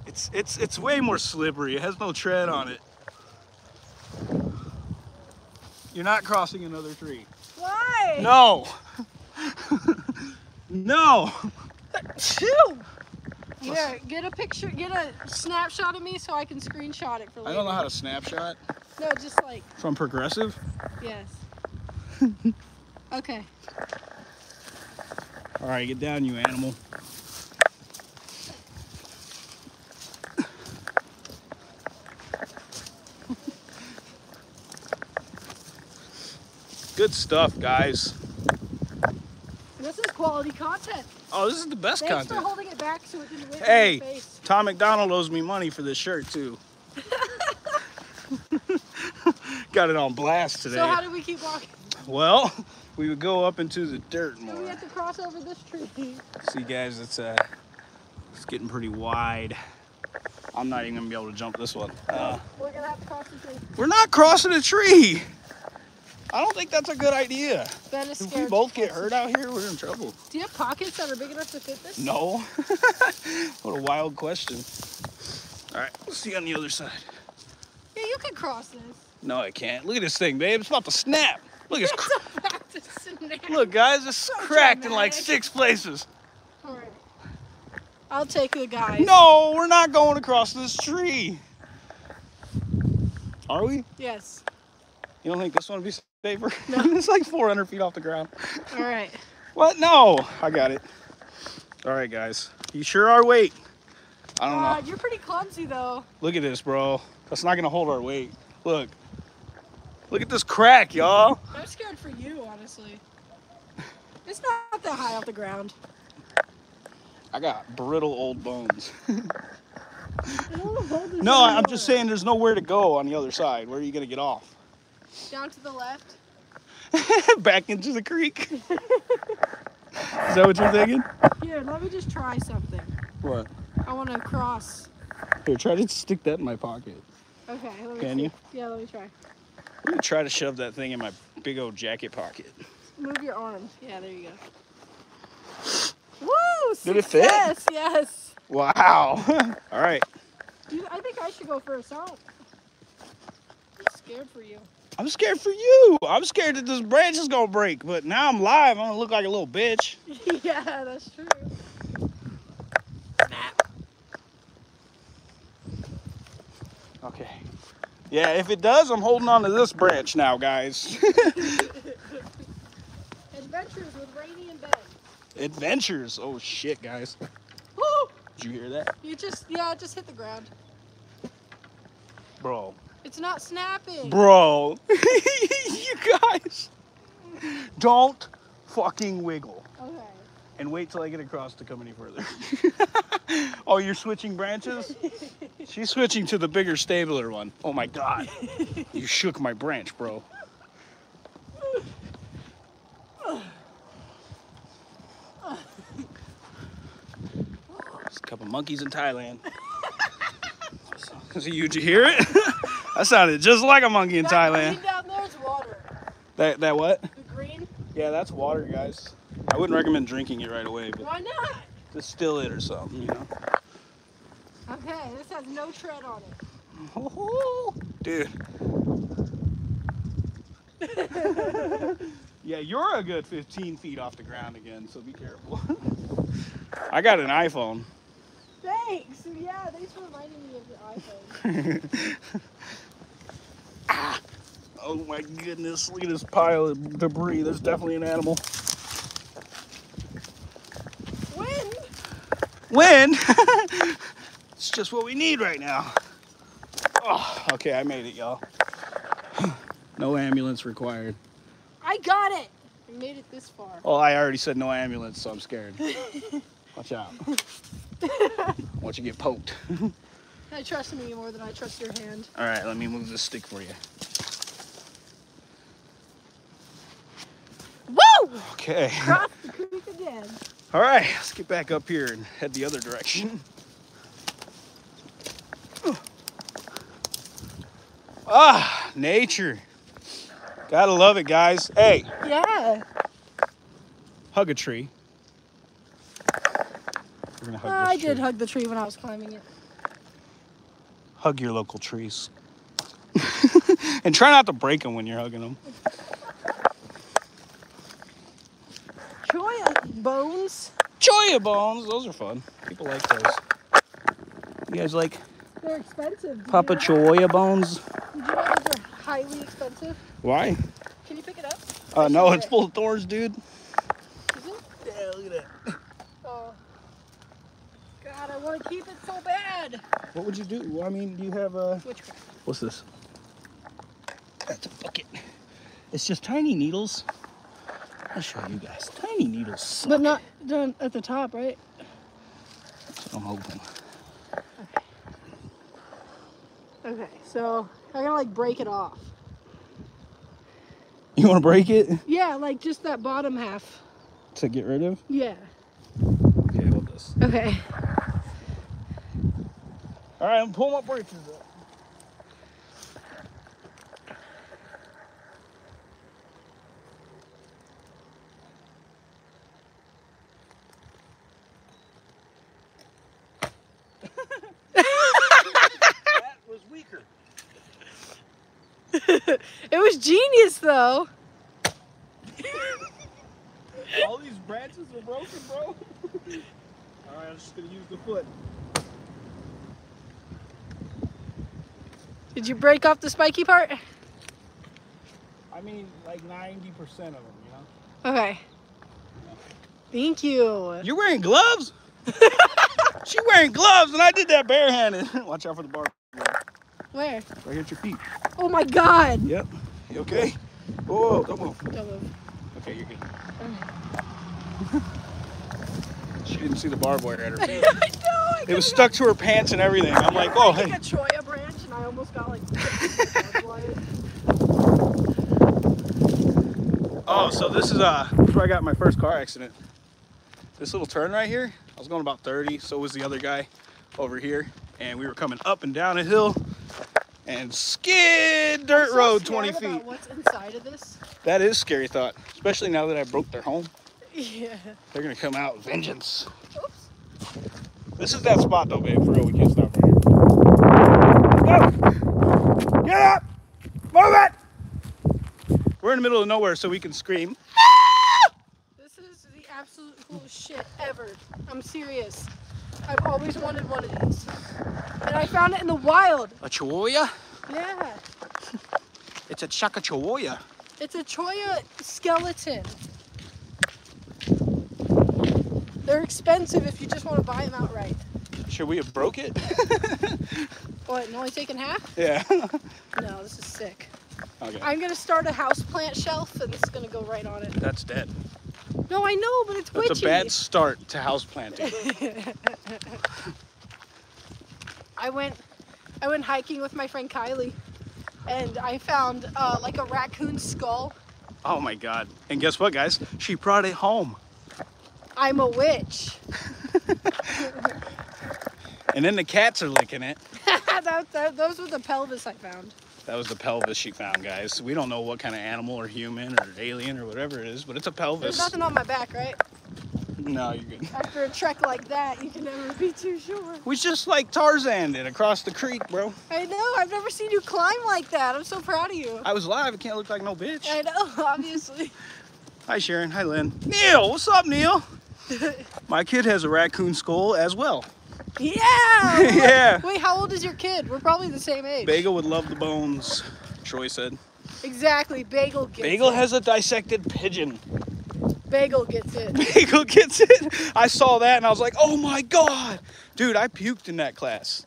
S3: It's it's it's way more slippery. It has no tread on it. You're not crossing another tree.
S1: Why?
S3: No. no.
S1: Here, get a picture, get a snapshot of me so I can screenshot it for later.
S3: I don't know how to snapshot
S1: No, just like,
S3: from progressive.
S1: yes. okay.
S3: All right, get down, you animal. Good stuff, guys.
S1: This is quality content.
S3: Oh, this is the best
S1: Thanks for
S3: content.
S1: holding it back so it didn't whip me
S3: Hey.
S1: in the face.
S3: Tom McDonald owes me money for this shirt too. Got it on blast today.
S1: So how do we keep walking?
S3: well, we would go up into the dirt
S1: Do we
S3: more.
S1: have to cross over this tree?
S3: See, guys, it's uh, it's getting pretty wide. I'm not even gonna be able to jump this one. Uh,
S1: We're gonna have to cross the tree.
S3: We're not crossing a tree. I don't think that's a good idea.
S1: Ben is
S3: If we
S1: scared.
S3: both get hurt out here, we're in trouble.
S1: Do you have pockets that are big enough to fit this?
S3: No. what a wild question. All right, let's see on the other side.
S1: Yeah, you can cross this.
S3: No, I can't. Look at this thing, babe. It's about to snap. Look, it's cr-
S1: It's about to snap.
S3: look, guys. It's cracked in like
S1: dramatic.
S3: six places.
S1: All right. I'll take the guys.
S3: No, we're not going across this tree. Are we?
S1: Yes.
S3: You don't think this one would be safer? it's like 400 feet off the ground.
S1: All right.
S3: What? No, I got it. All right, guys. You sure are weight. I don't
S1: God,
S3: know.
S1: Uh, you're pretty clumsy though.
S3: Look at this, bro. That's not gonna hold our weight. Look. Look at this crack, y'all.
S1: I'm scared for you, honestly. It's not that high off the ground.
S3: I got brittle old bones.
S1: I don't wanna hold this
S3: No, I- I'm just
S1: anymore.
S3: saying there's nowhere to go on the other side. Where are you gonna get off?
S1: Down to the left.
S3: Back into the creek. Is that what you're thinking?
S1: Here, let me just try something.
S3: What?
S1: I want to cross.
S3: Here, try to stick that in my pocket.
S1: Okay. Let me
S3: Can
S1: see.
S3: you?
S1: Yeah, let me try.
S3: I'm gonna try to shove that thing in my big old jacket pocket.
S1: Move your arm. Yeah, there you go. Woo!
S3: Did it fit?
S1: Yes, yes.
S3: Wow. All right.
S1: You, I think I should go first. I don't. I'm scared for you.
S3: I'm scared for you. I'm scared that this branch is gonna break, but now I'm live. I'm gonna look like a little bitch.
S1: yeah, that's true.
S3: Okay. Yeah, if it does, I'm holding on to this branch now, guys.
S1: Adventures with Rainy and Ben.
S3: Adventures. Oh shit, guys.
S1: Woo!
S3: Did you hear that?
S1: You just yeah, it just hit the ground.
S3: Bro.
S1: It's not snapping.
S3: Bro. you guys. Don't fucking wiggle.
S1: Okay.
S3: And wait till I get across to come any further. oh, you're switching branches? She's switching to the bigger, stabler one. Oh my god. You shook my branch, bro. There's a couple monkeys in Thailand. So you, did you hear it? that sounded just like a monkey in
S1: that
S3: Thailand.
S1: Green down there is water.
S3: That that what?
S1: The green.
S3: Yeah, that's water, guys. I wouldn't recommend drinking it right away, but
S1: Why not?
S3: distill it or something, you know.
S1: Okay, this has no tread on it.
S3: Dude. yeah, you're a good 15 feet off the ground again, so be careful. I got an iPhone.
S1: Thanks. Yeah, thanks for reminding me of the iPhone.
S3: Ah. Oh my goodness, look at this pile of debris. There's definitely an animal.
S1: When?
S3: When? it's just what we need right now. Oh, okay, I made it, y'all. no ambulance required.
S1: I got it. I made it this far.
S3: Oh, I already said no ambulance, so I'm scared. Watch out. Once you get poked.
S1: I trust me more than I trust your hand.
S3: All right, let me move this stick for you.
S1: Woo!
S3: Okay.
S1: Cross the creek again.
S3: All right, let's get back up here and head the other direction. Ah, nature. Gotta love it, guys. Hey,
S1: Yeah.
S3: hug a tree. We're gonna hug this
S1: I did
S3: tree.
S1: hug the tree when I was climbing it.
S3: hug your local trees. and try not to break them when you're hugging them.
S1: Troy uh, bones.
S3: Choya bones, those are fun. People like those. You guys like
S1: They're expensive. Did
S3: Papa
S1: you
S3: Choya bones?
S1: Did you know those are highly expensive?
S3: Why?
S1: Can you pick it up?
S3: Uh, no, it's full of thorns, dude.
S1: Is it? Yeah, look at that. Oh. God, I want to keep it so bad.
S3: What would you do? I mean, do you have a.
S1: Witchcraft.
S3: What's this? That's a bucket. It's just tiny needles. I'll show you guys. Tiny needles. suck.
S1: But not done at the top, right?
S3: I'm hoping.
S1: Okay, so I gotta like break it off.
S3: You want to break it
S1: Yeah, like just that bottom half.
S3: to get rid of?
S1: Yeah.
S3: Okay, how about this?
S1: Okay.
S3: All right, I'm pulling my braces up. that was weaker.
S1: It was genius though.
S3: All these branches are broken, bro. All right, I'm just gonna use the foot.
S1: Did you break off the spiky part?
S3: I mean, like 90% of them, you know.
S1: Okay. Thank you.
S3: You're wearing gloves? she wearing gloves, and I did that barehanded. Watch out for the bar.
S1: Where?
S3: Right here at your feet.
S1: Oh my god.
S3: Yep. You okay? Whoa, come on.
S1: Don't move.
S3: Okay, you're good. she didn't see the barbed wire at her
S1: I
S3: feet.
S1: know. I
S3: It was
S1: couldn't-
S3: stuck to her pants and everything. I'm like,
S1: I
S3: oh,
S1: took
S3: hey.
S1: a Choya branch and I almost got like. That's
S3: Oh, so this is uh, this is where I got in my first car accident. This little turn right here, I was going about 30. So was the other guy over here, and we were coming up and down a hill, and skid dirt
S1: so
S3: road
S1: scared
S3: 20
S1: about
S3: feet.
S1: What's inside of this?
S3: That is scary thought, especially now that I broke their home.
S1: Yeah.
S3: They're gonna come out with vengeance.
S1: Oops.
S3: This is that spot though, babe. For real, we can't stop right here. Go! Get up! Move it! We're in the middle of nowhere, so we can scream.
S1: This is the absolute coolest shit ever. I'm serious. I've always wanted one of these. And I found it in the wild.
S3: A chihuahua?
S1: Yeah.
S3: It's a chaka chihuahua.
S1: It's a Choya skeleton. They're expensive if you just want to buy them outright.
S3: Should we have broke it?
S1: What, and only taking half?
S3: yeah.
S1: No, this is sick.
S3: okay.
S1: I'm going to start a house plant shelf and it's going to go right on it.
S3: That's dead.
S1: No, I know, but it's
S3: That's
S1: witchy.
S3: a bad start to house planting.
S1: I went, I went hiking with my friend Kylie, and I found uh, like a raccoon skull.
S3: oh my god. And guess what, guys? She brought it home.
S1: I'm a witch.
S3: And then the cats are licking it.
S1: that, that, those were the pelvis I found.
S3: That was the pelvis she found, guys. We don't know what kind of animal or human or alien or whatever it is, but it's a
S1: There's
S3: pelvis.
S1: nothing on my back, right?
S3: No, you're good.
S1: After a trek like that, you can never be too sure.
S3: We just like Tarzan did across the creek, bro.
S1: I know. I've never seen you climb like that. I'm so proud of you.
S3: I was live. It can't look like no bitch.
S1: I know, obviously.
S3: Hi, Sharon. Hi, Lynn. Neil, what's up, Neil? My kid has a raccoon skull as well.
S1: Yeah.
S3: yeah.
S1: Wait, how old is your kid? We're probably the same age.
S3: Bagel would love the bones, Troy said.
S1: Exactly. Bagel gets
S3: Bagel
S1: it.
S3: has a dissected pigeon.
S1: Bagel gets it.
S3: Bagel gets it. I saw that and I was like, oh my god. Dude, I puked in that class.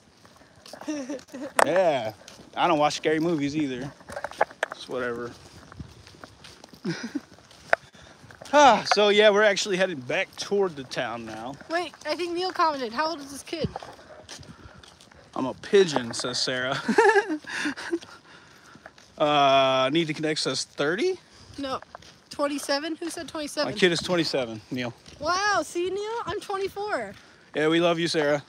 S3: yeah. I don't watch scary movies either. It's whatever. ah, so yeah, we're actually headed back toward the town now.
S1: Wait, I think Neil commented. How old is this kid?
S3: I'm a pigeon, says Sarah. uh need to connect says 30.
S1: No, 27. Who said 27?
S3: My kid is 27, Neil.
S1: Wow. See, Neil, I'm 24.
S3: Yeah, we love you, Sarah.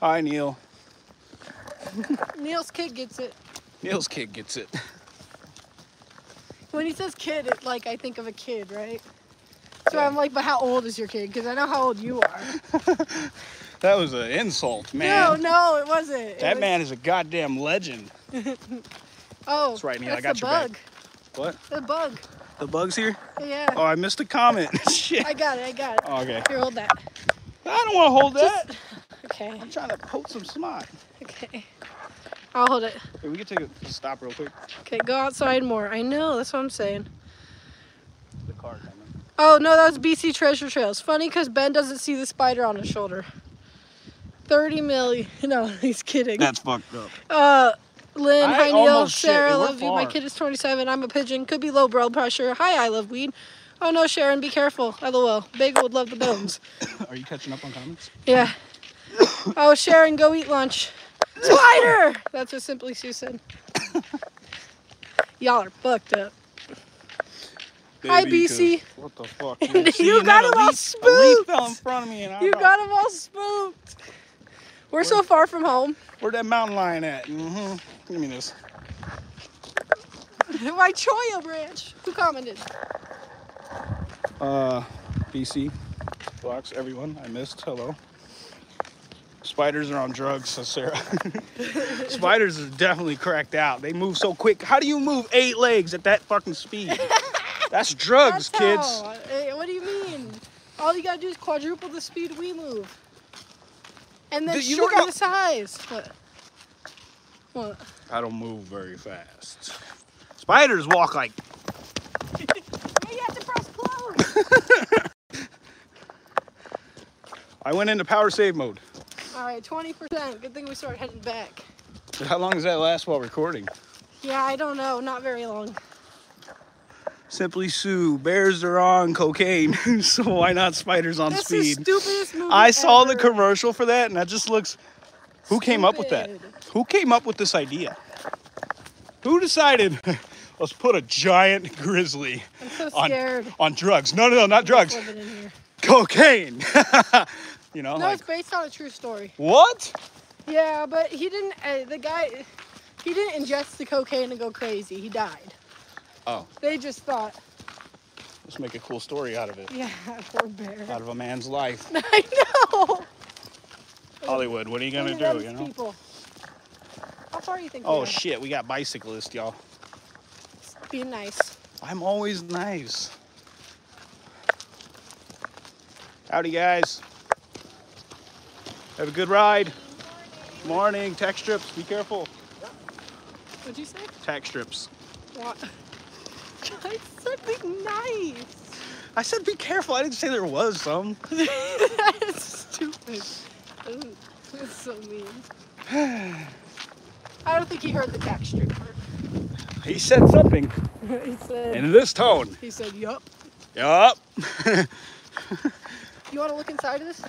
S3: Hi, Neil.
S1: Neil's kid gets it.
S3: Neil's kid gets it.
S1: When he says kid, it like I think of a kid, right? So I'm like, but how old is your kid? Because I know how old you are.
S3: That was an insult, man.
S1: No, no, it wasn't. It
S3: that
S1: was-
S3: man is a goddamn legend.
S1: Oh,
S3: That's right, Neil, I
S1: that's the
S3: got your back.
S1: bug.
S3: What?
S1: The bug.
S3: The bug's here?
S1: Yeah.
S3: Oh, I missed a comment. Shit.
S1: I got it. I got it.
S3: Oh, okay.
S1: Here, hold that.
S3: I don't want to hold that.
S1: Just- Okay.
S3: I'm trying to poke some smut.
S1: Okay. I'll hold it.
S3: Here, we can take a stop real quick.
S1: Okay, go outside more. I know. That's what I'm saying.
S3: The car coming.
S1: Oh no, that was BC Treasure Trails. Funny because Ben doesn't see the spider on his shoulder. Thirty million. No, he's kidding.
S3: fucked up.
S1: Uh, Lynn,
S3: I
S1: hi Neil,
S3: almost shit,
S1: Sarah,
S3: and we're
S1: love you. My
S3: far.
S1: kid is 27. I'm a pigeon. Could be low blood pressure. Hi, I love weed. Oh no, Sharon, be careful. LOL. Bagel would love the bones.
S3: Are you catching up on comments?
S1: Yeah. Oh, Sharon, go eat lunch. Spider! That's what Simply Sue said. Y'all are fucked up. Hi, BC.
S3: What the fuck?
S1: You
S3: See, and
S1: got
S3: then a
S1: him all
S3: leaf- A leaf
S1: spooked.
S3: fell in front of me, and I
S1: You
S3: thought,
S1: got them all spooked. We're so far from home.
S3: where that mountain lion at? Mm-hmm. Give me this.
S1: My choya branch. Who commented?
S3: Uh, BC blocks everyone. I missed. Hello. Spiders are on drugs, so Sarah. Spiders are definitely cracked out. They move so quick. How do you move eight legs at that fucking speed? That's drugs, kids.
S1: That's how. Eh, What do you mean? All you gotta do is quadruple the speed we move, and then
S3: Dude, you look
S1: shorten
S3: how-
S1: the size. What? What?
S3: I don't move very fast. Spiders walk like
S1: you have to press close.
S3: I went into power save mode.
S1: All right, twenty percent. Good thing we started heading back.
S3: How long does that last while recording?
S1: Yeah, I don't know. Not very long.
S3: Simply Sue, bears are on cocaine, so why not spiders on
S1: That's
S3: speed?
S1: the stupidest movie.
S3: I saw the
S1: ever.
S3: commercial for that and that just looks who came up with that?
S1: Stupid.
S3: Who came up with this idea? Who decided let's put a giant grizzly
S1: I'm so
S3: on
S1: scared.
S3: on drugs? No, no, no, not drugs.
S1: Living in here.
S3: Cocaine. you know,
S1: No,
S3: like
S1: it's based on a true story.
S3: what?
S1: Yeah, but he didn't. Uh, the guy, he didn't ingest the cocaine and go crazy. He died.
S3: Oh,
S1: They just thought,
S3: let's make a cool story out of it.
S1: yeah, poor bear.
S3: Out of a man's life.
S1: I know.
S3: Hollywood, what are you gonna
S1: Look at
S3: do?
S1: those
S3: You know?
S1: People. How far you think? we
S3: Oh
S1: are?
S3: shit, we got bicyclists, y'all.
S1: Be nice.
S3: I'm always nice. Howdy guys. Have a good ride. Morning, tax strips. Be careful.
S1: What'd you say?
S3: Tax strips.
S1: What? I said be nice.
S3: I said be careful. I didn't say there was some.
S1: that is stupid. Ooh, That's so mean. I don't think he heard the tax strip part.
S3: He said something
S1: he said.
S3: in this tone.
S1: He said, "Yup."
S3: Yup.
S1: You want to look inside of this?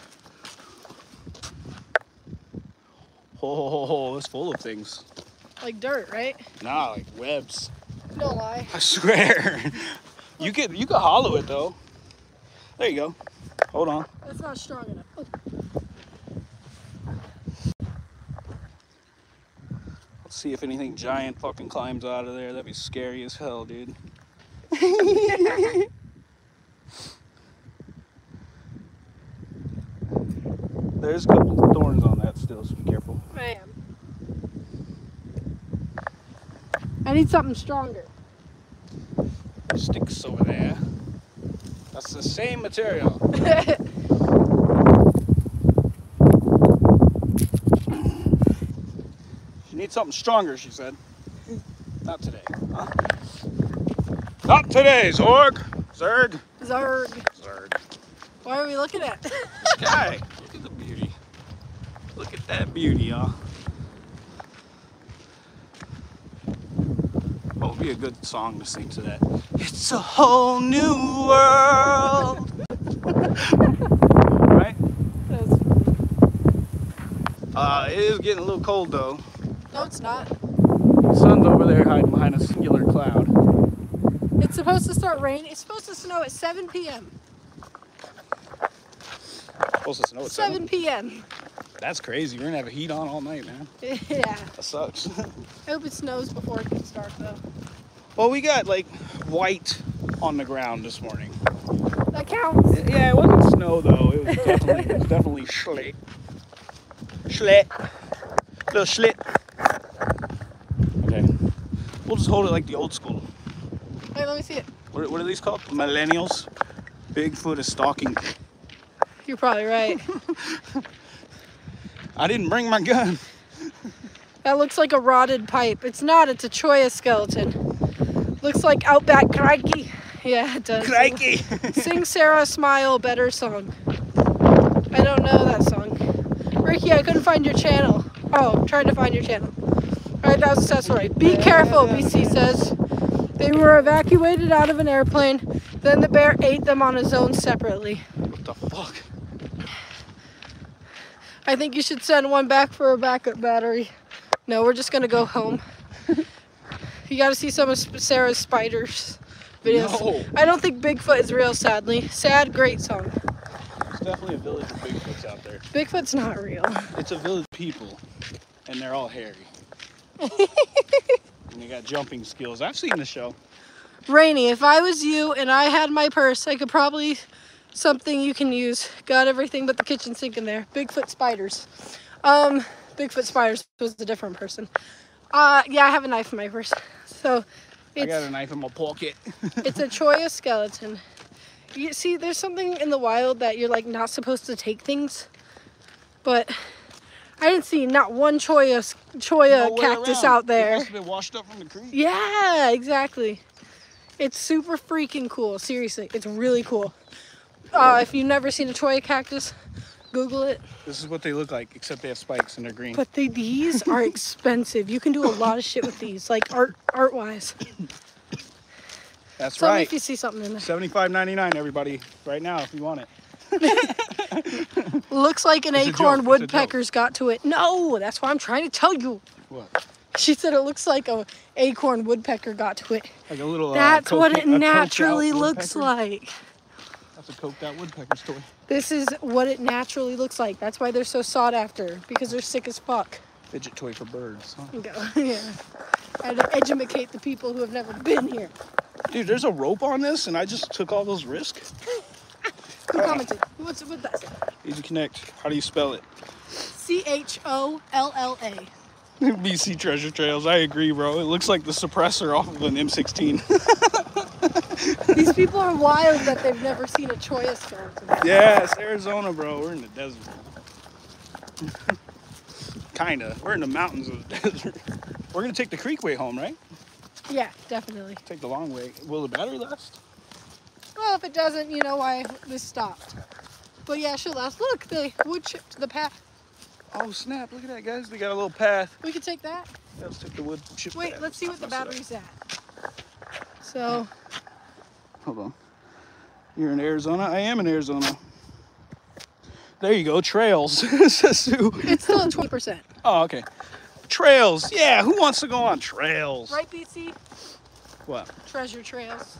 S3: Ho ho ho ho. It's full of things.
S1: Like dirt, right?
S3: Nah, like webs.
S1: No lie.
S3: I swear. you could you could hollow it though. There you go. Hold on.
S1: That's not strong enough. Oh,
S3: Let's see if anything giant fucking climbs out of there. That'd be scary as hell, dude. There's a couple thorns on that still, so be careful.
S1: I am. I need something stronger.
S3: Sticks over there. That's the same material. She needs something stronger, she said. Not today. Huh? Not today, Zorg! Zerg!
S1: Zarg.
S3: Zerg.
S1: What are we looking at?
S3: Sky! Look at the beauty. Look at that beauty, y'all. What would be a good song to sing to that? It's a whole new world! right? Uh, it is getting a little cold though.
S1: no, it's not.
S3: sun's over there hiding behind a singular cloud.
S1: It's supposed to start raining. It's supposed to snow at 7 p.m.
S3: Supposed to snow at
S1: 7
S3: Oh, seven.
S1: p.m.
S3: That's crazy. We're gonna have a heat on all night, man.
S1: yeah.
S3: That sucks.
S1: I hope it snows before it gets dark though.
S3: well, we got like white on the ground this morning.
S1: That counts.
S3: Yeah, it wasn't snow though. It was definitely, it was definitely schlick. Schlick. Little schlick. Okay. We'll just hold it like the old school.
S1: Wait, let me see it.
S3: What, what are these called? Millennials. Bigfoot is stalking.
S1: You're probably right.
S3: I didn't bring my gun.
S1: that looks like a rotted pipe. It's not. It's a Choya skeleton. Looks like Outback Crikey. Yeah, it does.
S3: Crikey.
S1: Sing Sarah Smile Better song. I don't know that song. Ricky, I couldn't find your channel. Oh, tried to find your channel. Alright, that was accessory. Be careful, BC says. They were evacuated out of an airplane, then the bear ate them on his own separately.
S3: what the fuck?
S1: I think you should send one back for a backup battery. No, we're just gonna go home. you gotta see some of Sp- Sarah's spiders videos.
S3: No.
S1: I don't think Bigfoot is real, sadly. Sad, great song.
S3: There's definitely a village of Bigfoots out there.
S1: Bigfoot's not real.
S3: It's a village of people, and they're all hairy. and they got jumping skills. I've seen the show.
S1: Rainy, if I was you and I had my purse, I could probably something you can use. Got everything but the kitchen sink in there. Bigfoot spiders. Um, Bigfoot spiders was a different person. Uh, yeah, I have a knife in my purse. So
S3: I got a
S1: it's
S3: knife in my pocket.
S1: it's a Choya skeleton. You see, there's something in the wild that you're like not supposed to take things, but I didn't see not one Choya s- Choya
S3: No way
S1: cactus
S3: around.
S1: out
S3: It
S1: there.
S3: must have been washed up from the creek.
S1: Yeah, exactly. It's super freaking cool. Seriously, it's really cool. Uh, if you've never seen a Choya cactus, Google it.
S3: This is what they look like, except they have spikes and they're green.
S1: But they, these are expensive. You can do a lot of shit with these, like art art wise.
S3: That's
S1: Tell me
S3: right.
S1: if you see something in there.
S3: Seventy-five ninety-nine, everybody, right now if you want it.
S1: Looks like an
S3: It's a
S1: acorn
S3: joke, it's a joke.
S1: woodpecker's got to it. No, that's why I'm trying to tell you.
S3: What?
S1: She said it looks like a acorn woodpecker got to it.
S3: Like a little. uh,
S1: That's what
S3: coked-
S1: it
S3: a coked out
S1: naturally looks
S3: woodpecker?
S1: like.
S3: That's a coked out woodpecker's toy.
S1: This is what it naturally looks like. That's why they're so sought after because they're sick as fuck.
S3: Fidget toy for birds. huh?
S1: Go. yeah. And educate the people who have never been here.
S3: Dude, there's a rope on this, and I just took all those risks.
S1: Who commented? What's what that?
S3: Easy Connect. How do you spell it?
S1: C H O L L A.
S3: BC Treasure Trails. I agree, bro. It looks like the suppressor off of an M16.
S1: These people are wild that they've never seen a Choya skeleton.
S3: yeah, it's Arizona, bro. We're in the desert. Kinda. We're in the mountains of the desert. We're gonna take the creek way home, right?
S1: Yeah, definitely.
S3: Take the long way. Will the battery last?
S1: Well, if it doesn't, you know why this stopped. But yeah, sure. Last look, they wood chipped the path.
S3: Oh snap! Look at that, guys. They got a little path.
S1: We could take that.
S3: Yeah, Let's take the wood chip.
S1: Wait,
S3: path.
S1: let's see what the
S3: Mess it up.
S1: battery's at. So
S3: Hold on. You're in Arizona. I am in Arizona. There you go. Trails. Says Sue.
S1: it's still at twenty percent,
S3: Oh, okay. Trails. Yeah, who wants to go on trails?
S1: right, BC?
S3: What?
S1: Treasure trails.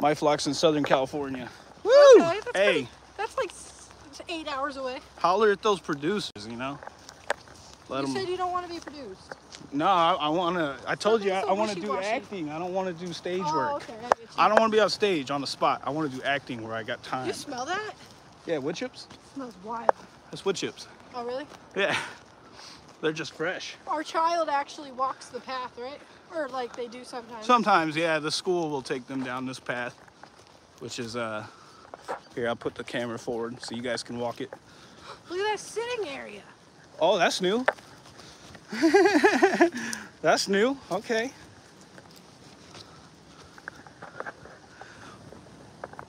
S3: My flock's in Southern California. Woo!
S1: Okay, that's
S3: hey,
S1: pretty- that's like s- eight hours away.
S3: holler at those producers, you know? Let
S1: you
S3: them.
S1: said you don't want to be produced.
S3: No, I, I want to. I told you I,
S1: Nothing's so
S3: I want to do
S1: wishy-washy.
S3: acting. I don't want to do stage
S1: Oh,
S3: work.
S1: okay. I, get you.
S3: I don't want to be on stage on the spot. I want to do acting where I got time.
S1: You smell that?
S3: Yeah, wood chips?
S1: It smells wild.
S3: That's wood chips.
S1: Oh, really?
S3: Yeah. They're just fresh.
S1: Our child actually walks the path, right? Or like they do sometimes.
S3: Sometimes, yeah, the school will take them down this path, which is, uh, here, I'll put the camera forward so you guys can walk it.
S1: Look at that sitting area.
S3: Oh, that's new. that's new. Okay.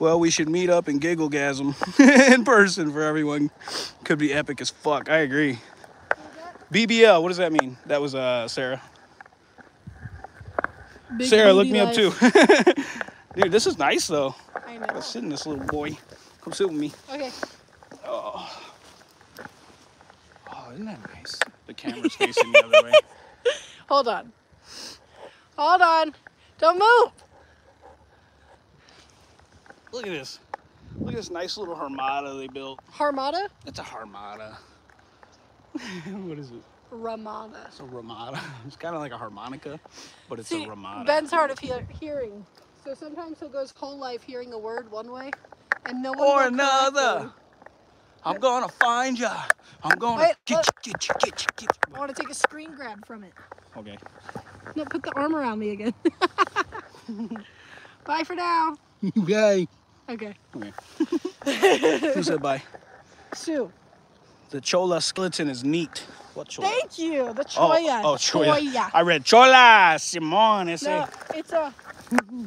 S3: Well, we should meet up and gigglegasm in person for everyone. Could be epic as fuck. I agree. BBL, what does that mean? That was uh Sarah.
S1: Big
S3: Sarah, look
S1: booty
S3: me up
S1: life.
S3: too. Dude, this is nice though.
S1: I know.
S3: Let's sit in this little boy. Come sit with me.
S1: Okay.
S3: Oh, isn't that nice? The camera's facing the other way.
S1: Hold on. Hold on. Don't move.
S3: Look at this. Look Look at this nice little Armada they built.
S1: Harmada?
S3: It's a Armada. what is it?
S1: Ramada.
S3: It's a Ramada. It's kind of like a harmonica, but it's
S1: See,
S3: a Ramada.
S1: Ben's hard of hear- hearing. So sometimes he'll go his whole life hearing a word one way and no one
S3: or
S1: will correct
S3: another.
S1: him.
S3: I'm gonna find ya. I'm gonna
S1: Wait,
S3: get
S1: look.
S3: you, get you, get you, get
S1: I
S3: you.
S1: want to take a screen grab from it.
S3: Okay.
S1: No, put the arm around me again. Bye for now.
S3: Yay.
S1: Okay.
S3: Okay. Who said bye?
S1: Sue.
S3: The chola skeleton is neat. What chola?
S1: Thank you. The
S3: Oh,
S1: Choya.
S3: oh, choya. I read chola, Simon. I say.
S1: No, it's a.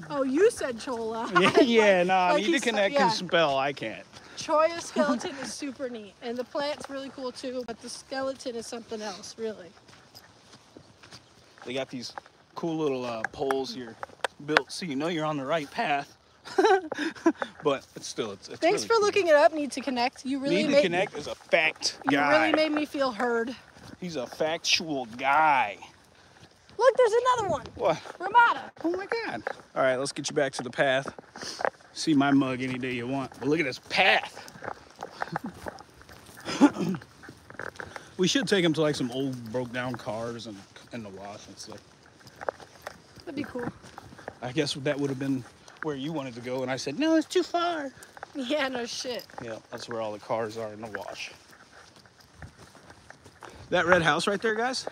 S1: Oh, you said Chola.
S3: Yeah, yeah, no,
S1: Like
S3: I need
S1: he
S3: to
S1: said,
S3: connect
S1: yeah.
S3: and spell. I can't.
S1: Choya skeleton is super neat, and the plant's really cool too. But the skeleton is something else, really.
S3: They got these cool little uh, poles here built so you know you're on the right path. but it's still, it's, it's
S1: Thanks
S3: really
S1: for
S3: cool.
S1: looking it up. Need to connect. You really
S3: Need
S1: made
S3: to connect is a fact
S1: You
S3: guy.
S1: really made me feel heard.
S3: He's a factual guy.
S1: Look, there's another one.
S3: What?
S1: Ramada.
S3: Oh my god. All right, let's get you back to the path. See my mug any day you want. But look at this path. we should take him to like some old broke down cars and and the wash and stuff.
S1: That'd be cool.
S3: I guess that would have been where you wanted to go, and I said no, it's too far.
S1: Yeah, no shit.
S3: Yeah, that's where all the cars are in the wash. That red house right there, guys.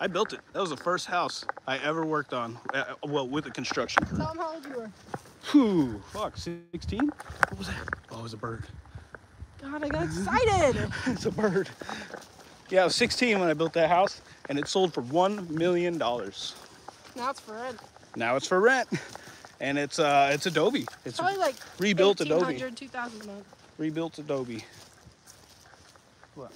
S3: I built it. That was the first house I ever worked on. Uh, well, with a construction crew.
S1: Tell him how old you were.
S3: Whew, fuck, 16? What was that? Oh, it was a bird.
S1: God, I got excited.
S3: it's a bird. Yeah, I was 16 when I built that house, and it sold for $1 million. Now
S1: now it's for rent.
S3: it's for rent, and it's uh, it's Adobe. It's
S1: Probably like
S3: rebuilt Adobe.
S1: 1800, 2000 a month.
S3: Rebuilt Adobe.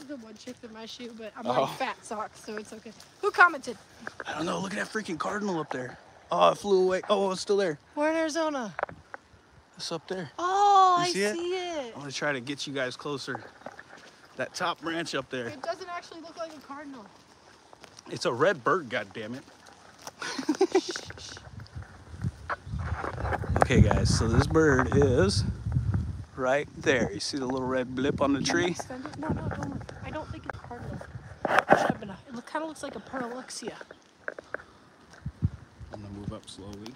S1: The one chick in my shoe, but I'm
S3: Oh.
S1: wearing fat socks, so it's okay. Who commented?
S3: I don't know, look at that freaking cardinal up there. Oh, it flew away. Oh, it's still there.
S1: We're in Arizona.
S3: It's up there.
S1: Oh,
S3: You
S1: I
S3: see it? Oh,
S1: see it.
S3: I'm gonna try to get you guys closer. That top branch up there.
S1: It doesn't actually look like a cardinal.
S3: It's a red bird, goddammit. okay, guys, so this bird is right there. You see the little red blip on the tree?
S1: Extend it? No, no, no. I don't think it's a cardinal. It should have been a- It look, kind of looks like a parallaxia.
S3: I'm gonna move up slowly.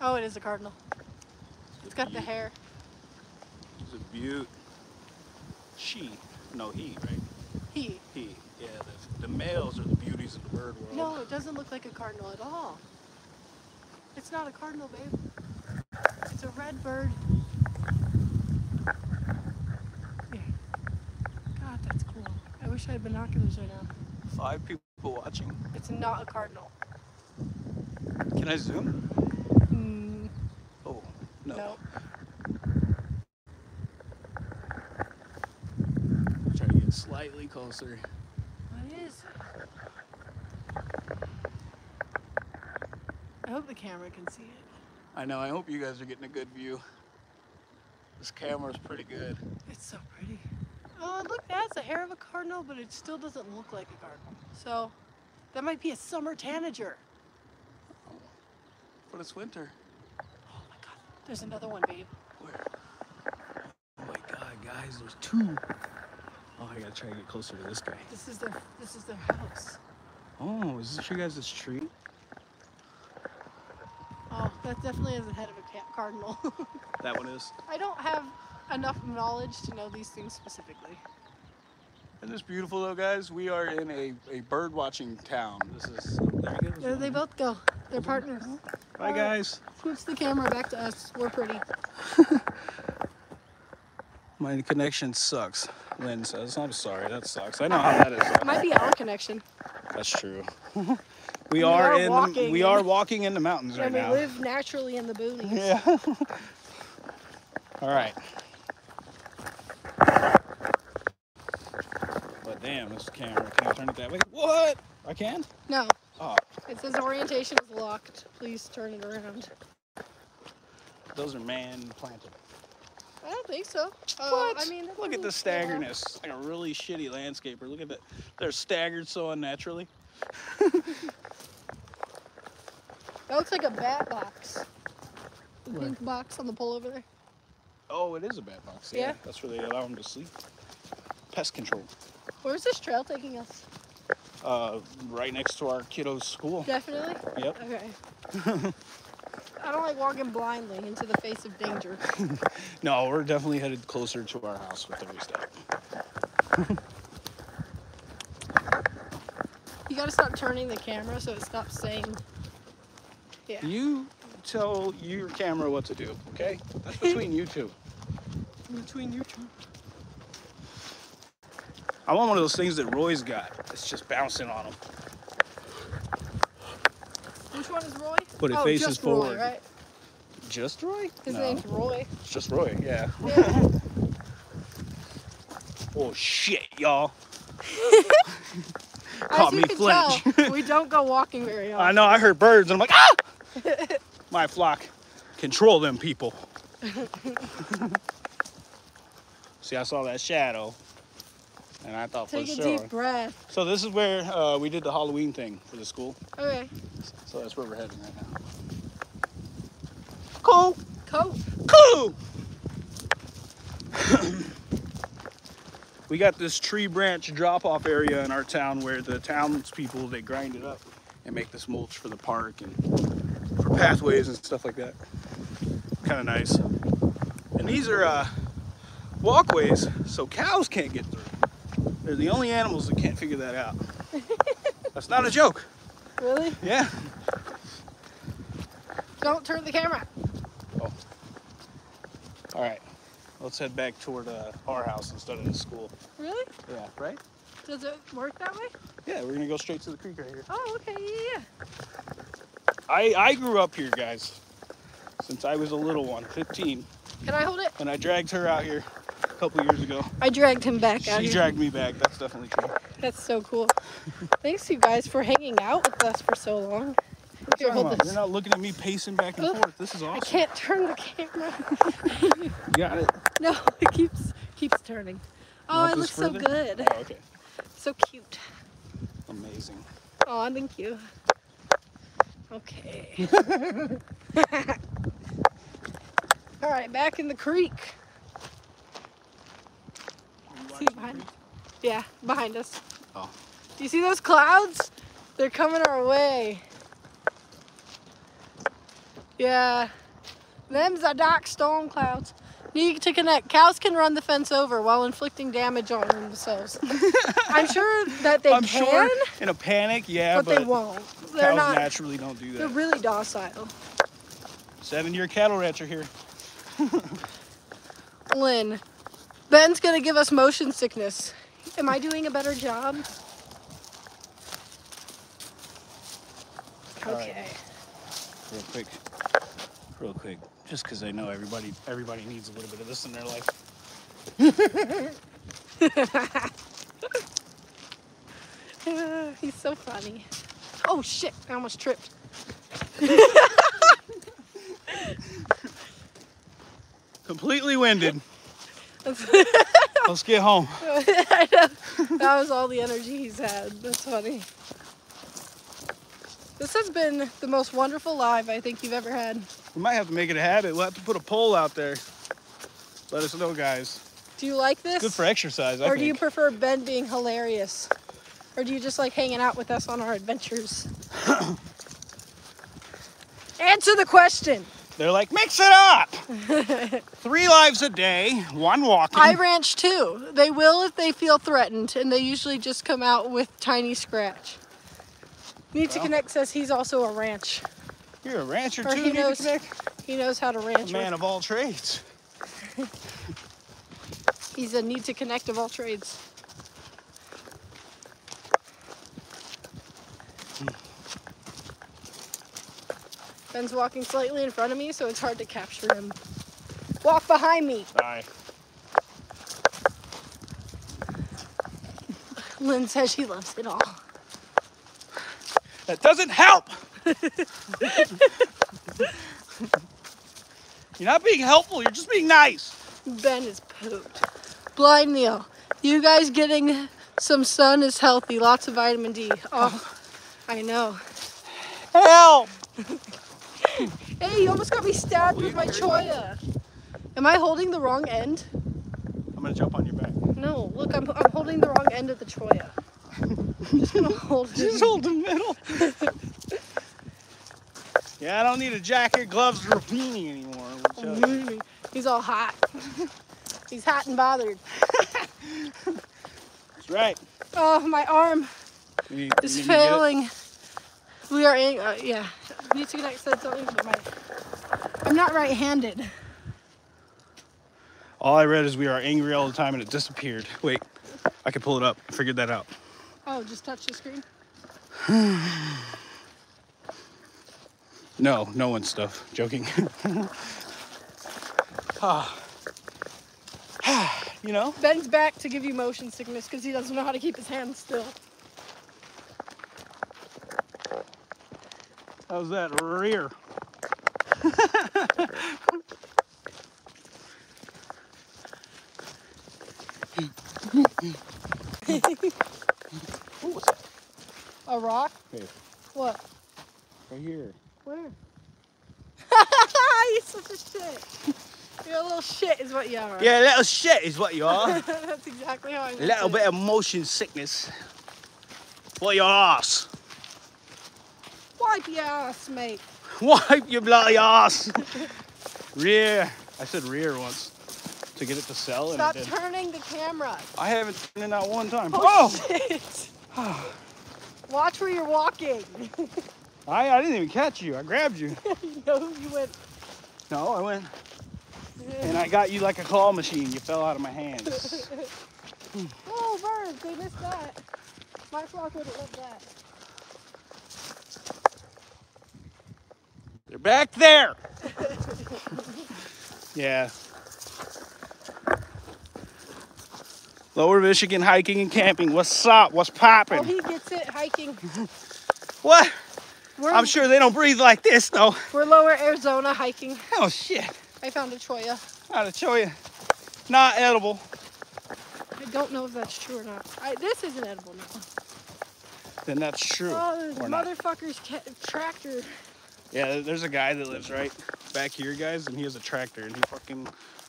S1: Oh, it is a cardinal. It's got the hair.
S3: It's a beaut. She, no, he, right?
S1: He.
S3: He. Yeah, the, the males are the beauties of the bird world.
S1: No, it doesn't look like a cardinal at all. It's not a cardinal, babe. It's a red bird. Here. God, that's cool. I wish I had binoculars right now.
S3: Five people watching.
S1: It's not a cardinal.
S3: Can I zoom?
S1: Mm,
S3: Oh,
S1: no.
S3: Try to get slightly closer.
S1: What is it? I hope the camera can see it.
S3: I know. I hope you guys are getting a good view. This camera's pretty good.
S1: It's so pretty. Oh, look, that's the hair of a cardinal, but it still doesn't look like a cardinal. So, that might be a summer tanager.
S3: But it's winter.
S1: Oh my god, there's another one, babe.
S3: Where? Oh my god, guys, there's two. Oh, I gotta try to get closer to this guy.
S1: This is their this is their house.
S3: Oh, is this your guys' tree?
S1: Oh, that definitely is the head of a ca- cardinal.
S3: That one is.
S1: I don't have enough knowledge to know these things specifically.
S3: Isn't this beautiful though, guys? We are in a, a bird watching town. This is. oh, There you go.
S1: There they both go. They're partners.
S3: Bye, guys.
S1: Switch the camera back to us. We're pretty.
S3: My connection sucks, Lynn says. I'm sorry, that sucks. I know how that is.
S1: Might be our connection.
S3: That's true. we,
S1: We
S3: are,
S1: are
S3: in.
S1: walking
S3: we
S1: in-
S3: are walking in the mountains right
S1: and we
S3: now.
S1: live naturally in the boonies.
S3: Yeah. All right. But damn, this camera can I turn it that way? What? I can?
S1: No,
S3: Oh,
S1: it says orientation is locked. Please turn it around.
S3: those are man planted.
S1: I don't think so. Uh,
S3: What?
S1: I mean, that
S3: look at the
S1: doesn't- yeah.
S3: staggerness. It's Like a really shitty landscaper. Look at that. They're staggered so unnaturally.
S1: That looks like a bat box. The pink box on the pole over there.
S3: Oh, it is a bat box.
S1: Yeah.
S3: That's where they allow them to sleep. Pest control.
S1: Where's this trail taking us?
S3: Uh, right next to our kiddo's school.
S1: Definitely?
S3: Yep.
S1: Okay. I don't like walking blindly into the face of danger.
S3: No, we're definitely headed closer to our house with every step.
S1: You gotta stop turning the camera so it stops saying. Yeah.
S3: You tell your camera what to do, okay? That's between you two.
S1: Between you two.
S3: I want one of those things that Roy's got. It's just bouncing on him.
S1: Which one is Roy?
S3: But it
S1: oh,
S3: faces
S1: just
S3: forward.
S1: Roy, right?
S3: Just Roy?
S1: His
S3: no,
S1: name's Roy.
S3: it's just Roy. Yeah.
S1: Yeah.
S3: Oh shit, y'all!
S1: As
S3: Caught
S1: you
S3: me
S1: can
S3: flinch.
S1: tell, we don't go walking very
S3: I
S1: often.
S3: know. I heard birds, and I'm like, ah! My flock, control them people. See, I saw that shadow, and I thought
S1: Take
S3: for
S1: a
S3: sure.
S1: deep breath.
S3: So this is where uh, we did the Halloween thing for the school.
S1: Okay.
S3: So that's where we're heading right now. Cool.
S1: Coat.
S3: Cool. we got this tree branch drop-off area in our town where the townspeople they grind it up and make this mulch for the park and for pathways and stuff like that. Kind of nice. And these are uh, walkways, so cows can't get through. They're the only animals that can't figure that out. That's not a joke.
S1: Really?
S3: Yeah.
S1: Don't turn the camera.
S3: Oh. All right. Let's head back toward uh, our house instead of the school.
S1: Really?
S3: Yeah. Right.
S1: Does it work that way?
S3: Yeah, we're gonna go straight to the creek right here.
S1: Oh, okay. Yeah, yeah.
S3: I, I grew up here, guys, since I was a little one, 15,
S1: Can I hold it?
S3: and I dragged her out here a couple years ago.
S1: I dragged him back out
S3: She
S1: here.
S3: dragged me back. That's definitely true.
S1: That's so cool. Thanks, you guys, for hanging out with us for so long. Here,
S3: Come on,
S1: hold this.
S3: You're not looking at me pacing back and
S1: Oh,
S3: forth. This is
S1: I
S3: awesome.
S1: can't turn the camera.
S3: You got it.
S1: No, it keeps keeps turning. Oh,
S3: want
S1: I
S3: this
S1: look so
S3: further?
S1: good.
S3: Oh, okay.
S1: So cute.
S3: Amazing.
S1: Oh, thank you. Okay. All right, back in the creek. See behind. Yeah, behind us.
S3: Oh.
S1: Do you see those clouds? They're coming our way. Yeah. Them's the dark storm clouds. Need to connect. Cows can run the fence over while inflicting damage on themselves. I'm sure that they
S3: I'm
S1: can,
S3: sure in a panic, yeah,
S1: but,
S3: but,
S1: they won't. They're
S3: cows
S1: not.
S3: naturally don't do
S1: They're
S3: that.
S1: really docile.
S3: Seven-year cattle rancher here.
S1: Lynn, Ben's gonna give us motion sickness. Am I doing a better job?
S3: All right.
S1: Okay.
S3: real quick, real quick, just because I know everybody everybody needs a little bit of this in their life.
S1: Uh, he's so funny. Oh shit, I almost tripped.
S3: Completely winded. Let's get home.
S1: I know. that was all the energy he's had. That's funny. This has been the most wonderful live I think you've ever had.
S3: We might have to make it a habit. We'll have to put a poll out there. Let us know, guys.
S1: Do you like this?
S3: Good for exercise, I
S1: Or
S3: think.
S1: do you prefer Ben being hilarious? Or do you just like hanging out with us on our adventures? Answer the question.
S3: They're like, mix it up. Three lives a day, one walking.
S1: I ranch too. They will if they feel threatened, and they usually just come out with tiny scratch. Need to
S3: Well.
S1: connect says he's also a ranch.
S3: You're a rancher
S1: Or
S3: too,
S1: he
S3: Need to
S1: knows-
S3: connect?
S1: He knows how to ranch.
S3: man
S1: with-
S3: of all trades.
S1: He's a need to connect of all trades. Ben's walking slightly in front of me, so it's hard to capture him. Walk behind me.
S3: Bye.
S1: Lynn says she loves it all.
S3: That doesn't help. you're not being helpful. You're just being nice.
S1: Ben is pooped. Blind Neil, you guys getting some sun is healthy. Lots of vitamin D. Oh, I know.
S3: Help.
S1: Hey, you almost got me stabbed with my choya. Am I holding the wrong end?
S3: I'm gonna jump on your back.
S1: No, look, I'm, I'm holding the wrong end of the Troya. I'm just gonna hold it.
S3: Just hold the middle. yeah, I don't need a jacket, gloves, or a beanie anymore. Which, uh,
S1: He's all hot. He's hot and bothered.
S3: that's right.
S1: Oh, my arm
S3: You need- you
S1: is
S3: need to get-
S1: failing. We are in, uh, yeah. Nietzsche said something, but my, I'm not right handed.
S3: All I read is we are angry all the time and it disappeared. Wait, I could pull it up. I figured that out.
S1: Oh, just touch the screen?
S3: No, no one's stuff. Joking. Ah. you know?
S1: Ben's back to give you motion sickness because he doesn't know how to keep his hands still.
S3: How's that rear? Ooh, what's that?
S1: A rock?
S3: Hey,
S1: What?
S3: right here.
S1: Where? You're such a shit. You're a little shit, is what you are.
S3: Yeah, little shit is what you are.
S1: That's exactly how I. meant
S3: little
S1: it.
S3: bit of motion sickness. What your ass?
S1: Wipe your ass, mate.
S3: Wipe your bloody ass. rear. I said rear once to get it to sell, and
S1: Stop
S3: it did.
S1: turning the camera.
S3: I haven't turned in that one time.
S1: Oh, shit. Watch where you're walking.
S3: I, I didn't even catch you. I grabbed you.
S1: you know you went.
S3: no, I went and I got you like a claw machine. You fell out of my hands.
S1: Oh, birds! They missed that. My flock would have loved that.
S3: They're back there. yeah. Lower Michigan hiking and camping. What's up? What's
S1: Oh,
S3: poppin'?
S1: he gets it hiking.
S3: What?
S1: We're,
S3: Mm-hmm. I'm sure they don't breathe like this though.
S1: we're lower Arizona hiking.
S3: Oh shit.
S1: I found a choya.
S3: I'll show you. Not edible.
S1: I don't know if that's true or not. I, this isn't edible now.
S3: Then that's true.
S1: Oh, this
S3: or not.
S1: motherfucker's ca- tractor.
S3: Yeah, there's a guy that lives right back here, guys, and he has a tractor and he fucking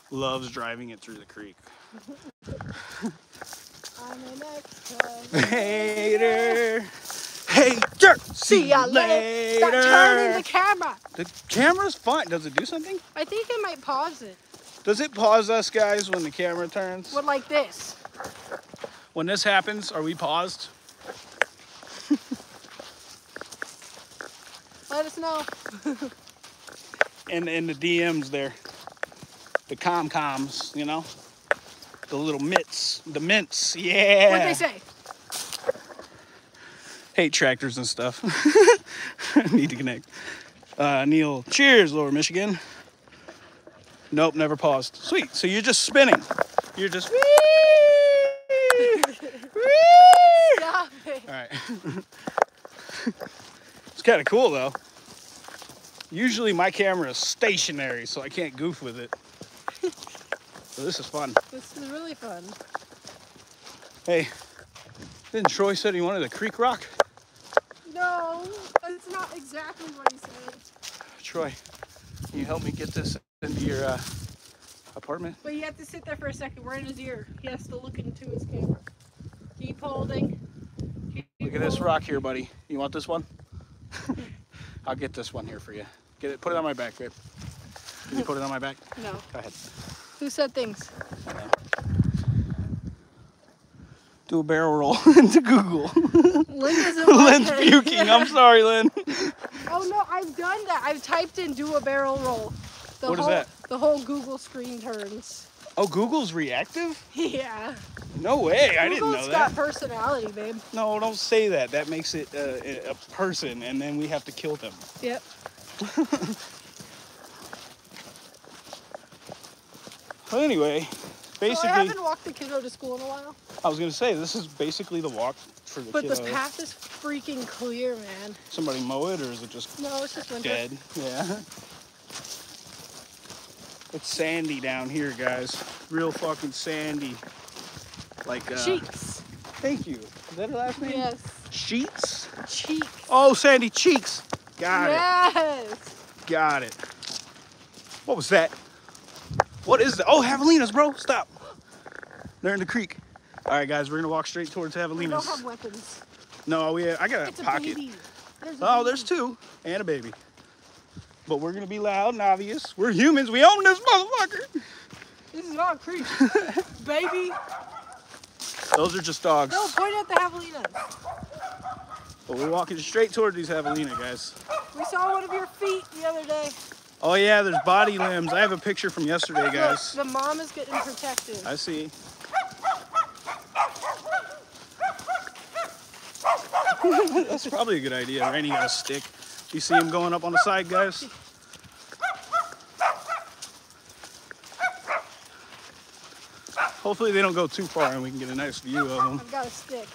S3: loves driving it through the creek.
S1: I'm an expert.
S3: Hater. Hater.
S1: See ya later. Stop turning the camera.
S3: The camera's fine. Does it do something?
S1: I think I might pause it.
S3: Does it pause us, guys, when the camera turns?
S1: What like this?
S3: When this happens, are we paused?
S1: Let us know.
S3: And in the DMs there, the com coms, you know, the little mitts, the mints. Yeah.
S1: What they say?
S3: hate tractors and stuff. Need to connect. Uh, Neil, cheers, Lower Michigan. Nope, never paused. Sweet. So you're just spinning. You're just. Wee! Wee!
S1: Stop it.
S3: All right. it's kind of cool though. Usually my camera is stationary, so I can't goof with it. So this is fun.
S1: This is really fun.
S3: Hey, didn't Troy said he wanted a creek rock?
S1: No, that's not exactly what he said.
S3: Troy, can you help me get this into your uh, apartment?
S1: But you have to sit there for a second. We're in his ear. He has to look into his camera. Keep holding. Keep
S3: Look at this
S1: holding.
S3: rock here, buddy. You want this one? I'll get this one here for you. Get it. Put it on my back, babe. Can you put it on my back?
S1: No.
S3: Go ahead.
S1: Who said things?
S3: Do a barrel roll into Google.
S1: Lynn isn't
S3: Lynn's
S1: like-
S3: puking. I'm sorry, Lynn.
S1: Oh no, I've done that. I've typed in do a barrel roll. The
S3: What is
S1: whole,
S3: that?
S1: The whole Google screen turns.
S3: Oh, Google's reactive?
S1: Yeah.
S3: No way.
S1: Google's
S3: I didn't know
S1: got
S3: that.
S1: personality, babe.
S3: No, don't say that. That makes it uh, a person, and then we have to kill them.
S1: Yep.
S3: But anyway,
S1: So Oh, I
S3: basically,
S1: haven't walked the kiddo to school in a while,
S3: I was gonna say this is basically the walk for the
S1: but
S3: kiddos.
S1: this path is freaking clear, man.
S3: Somebody mow it, or is it just
S1: No, it's just winter.
S3: dead? Yeah. It's sandy down here, guys. Real fucking sandy. Like uh,
S1: Cheeks.
S3: Thank you. Is that her last name?
S1: Yes.
S3: Sheets.
S1: Cheeks.
S3: Oh, Sandy Cheeks. Got
S1: Yes.
S3: it. Got it. What was that? What is that? Oh, javelinas, bro. Stop. They're in the creek. All right, guys, we're gonna walk straight towards
S1: We don't have
S3: javelinas.
S1: weapons.
S3: No, we. I got a
S1: It's a
S3: pocket.
S1: baby. There's a
S3: Oh, there's two and a baby. But we're gonna be loud and obvious. We're humans. We own this motherfucker.
S1: This is not a creek. baby.
S3: Those are just dogs.
S1: No, point at the javelinas.
S3: But we're walking straight towards these javelina guys.
S1: We saw one of your feet the other day.
S3: Oh yeah, there's body limbs. I have a picture from yesterday, guys.
S1: Look, the mom is getting protected.
S3: I see. That's probably a good idea. Rainy got a stick. You see him going up on the side, guys? Hopefully they don't go too far and we can get a nice view of them.
S1: I've got a stick.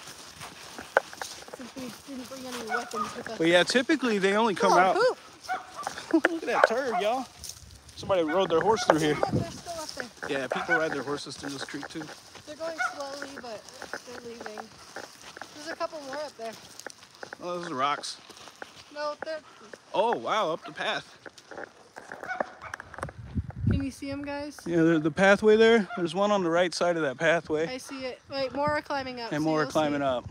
S1: Since we didn't bring any weapons with us.
S3: But yeah, typically they only come
S1: Come on,
S3: out.
S1: poop.
S3: Look at that turd, y'all. Somebody rode their horse through here.
S1: Look, they're still up there.
S3: Yeah, people ride their horses through this creek too.
S1: They're going slowly, but they're leaving. There's a couple more up there.
S3: Oh, those are rocks.
S1: No, they're.
S3: Oh wow, up the path.
S1: Can you see them, guys?
S3: Yeah, the, the pathway there. There's one on the right side of that pathway,
S1: I see it. Wait, more are climbing up.
S3: and
S1: so
S3: more are
S1: you'll see it.
S3: climbing up.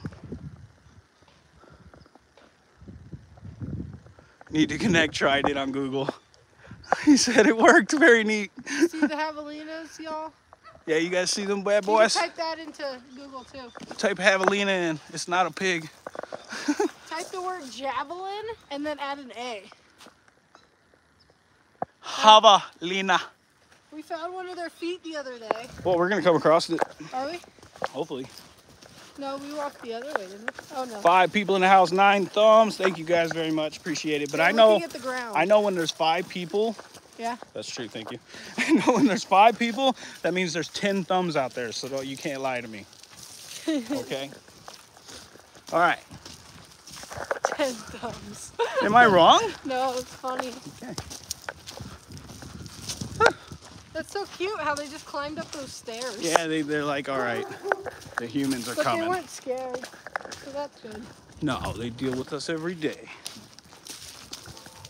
S3: Need to connect. Tried it on Google. he said it worked. Very neat.
S1: You see the javelinas, y'all?
S3: Yeah, you guys see them bad
S1: You can
S3: boys?
S1: type that into Google too.
S3: Type javelina in. It's not a pig.
S1: Type the word javelin and then add an A.
S3: Javelina.
S1: We found one of their feet the other day.
S3: Well, we're gonna come across it.
S1: Are we?
S3: Hopefully.
S1: No, we walked the other way, didn't we? Oh no.
S3: Five people in the house, nine thumbs. Thank you guys very much. Appreciate it. But
S1: They're
S3: I know
S1: Looking at the ground.
S3: I know when there's five people,
S1: Yeah.
S3: that's true, thank you. I know when there's five people, that means there's 10 thumbs out there, so don't, you can't lie to me. Okay? All right.
S1: Ten thumbs.
S3: Am I wrong?
S1: no, it's funny.
S3: Okay.
S1: That's so cute how they just climbed up those stairs.
S3: Yeah, they, they're like, all right, the humans are
S1: But they
S3: coming.
S1: weren't scared. So that's good.
S3: No, they deal with us every day.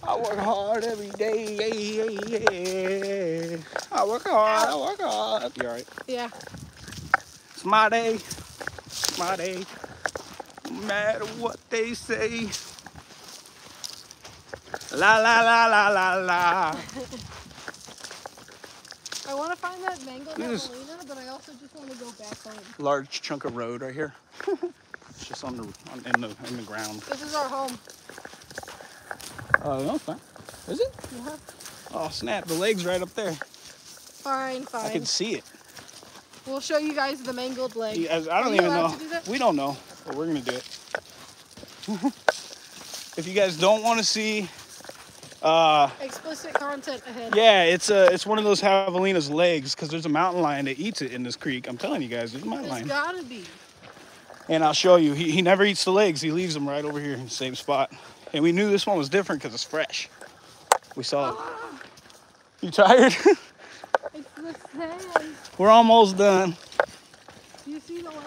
S3: I work hard every day. I work hard, I work hard. You all right?
S1: Yeah.
S3: It's my day. It's my day. No matter what they say. La la la la la la.
S1: I want to find that mango
S3: Look at this.
S1: javelina, but I also just want to go back home.
S3: Large chunk of road right here. it's just on the on, in the in the ground.
S1: This is our home.
S3: Oh, no, it's not. Is it?
S1: Yeah.
S3: Oh snap! The leg's right up there.
S1: Fine,
S3: I
S1: fine.
S3: can see it.
S1: We'll show you guys the mangled leg.
S3: Yeah, I
S1: Are
S3: don't
S1: you
S3: even
S1: allowed
S3: know.
S1: to do that?
S3: We don't know, but we're gonna do it. if you guys don't want to see, uh,
S1: Explicit content ahead.
S3: Yeah, it's uh, it's one of those javelina's legs because there's a mountain lion that eats it in this creek. I'm telling you guys, there's a mountain
S1: There's
S3: lion.
S1: gotta be.
S3: And I'll show you. He, he never eats the legs. He leaves them right over here in the same spot. And we knew this one was different because it's fresh. We saw it. You tired?
S1: Ah, It's the sand.
S3: We're almost done.
S1: Do you see the leg?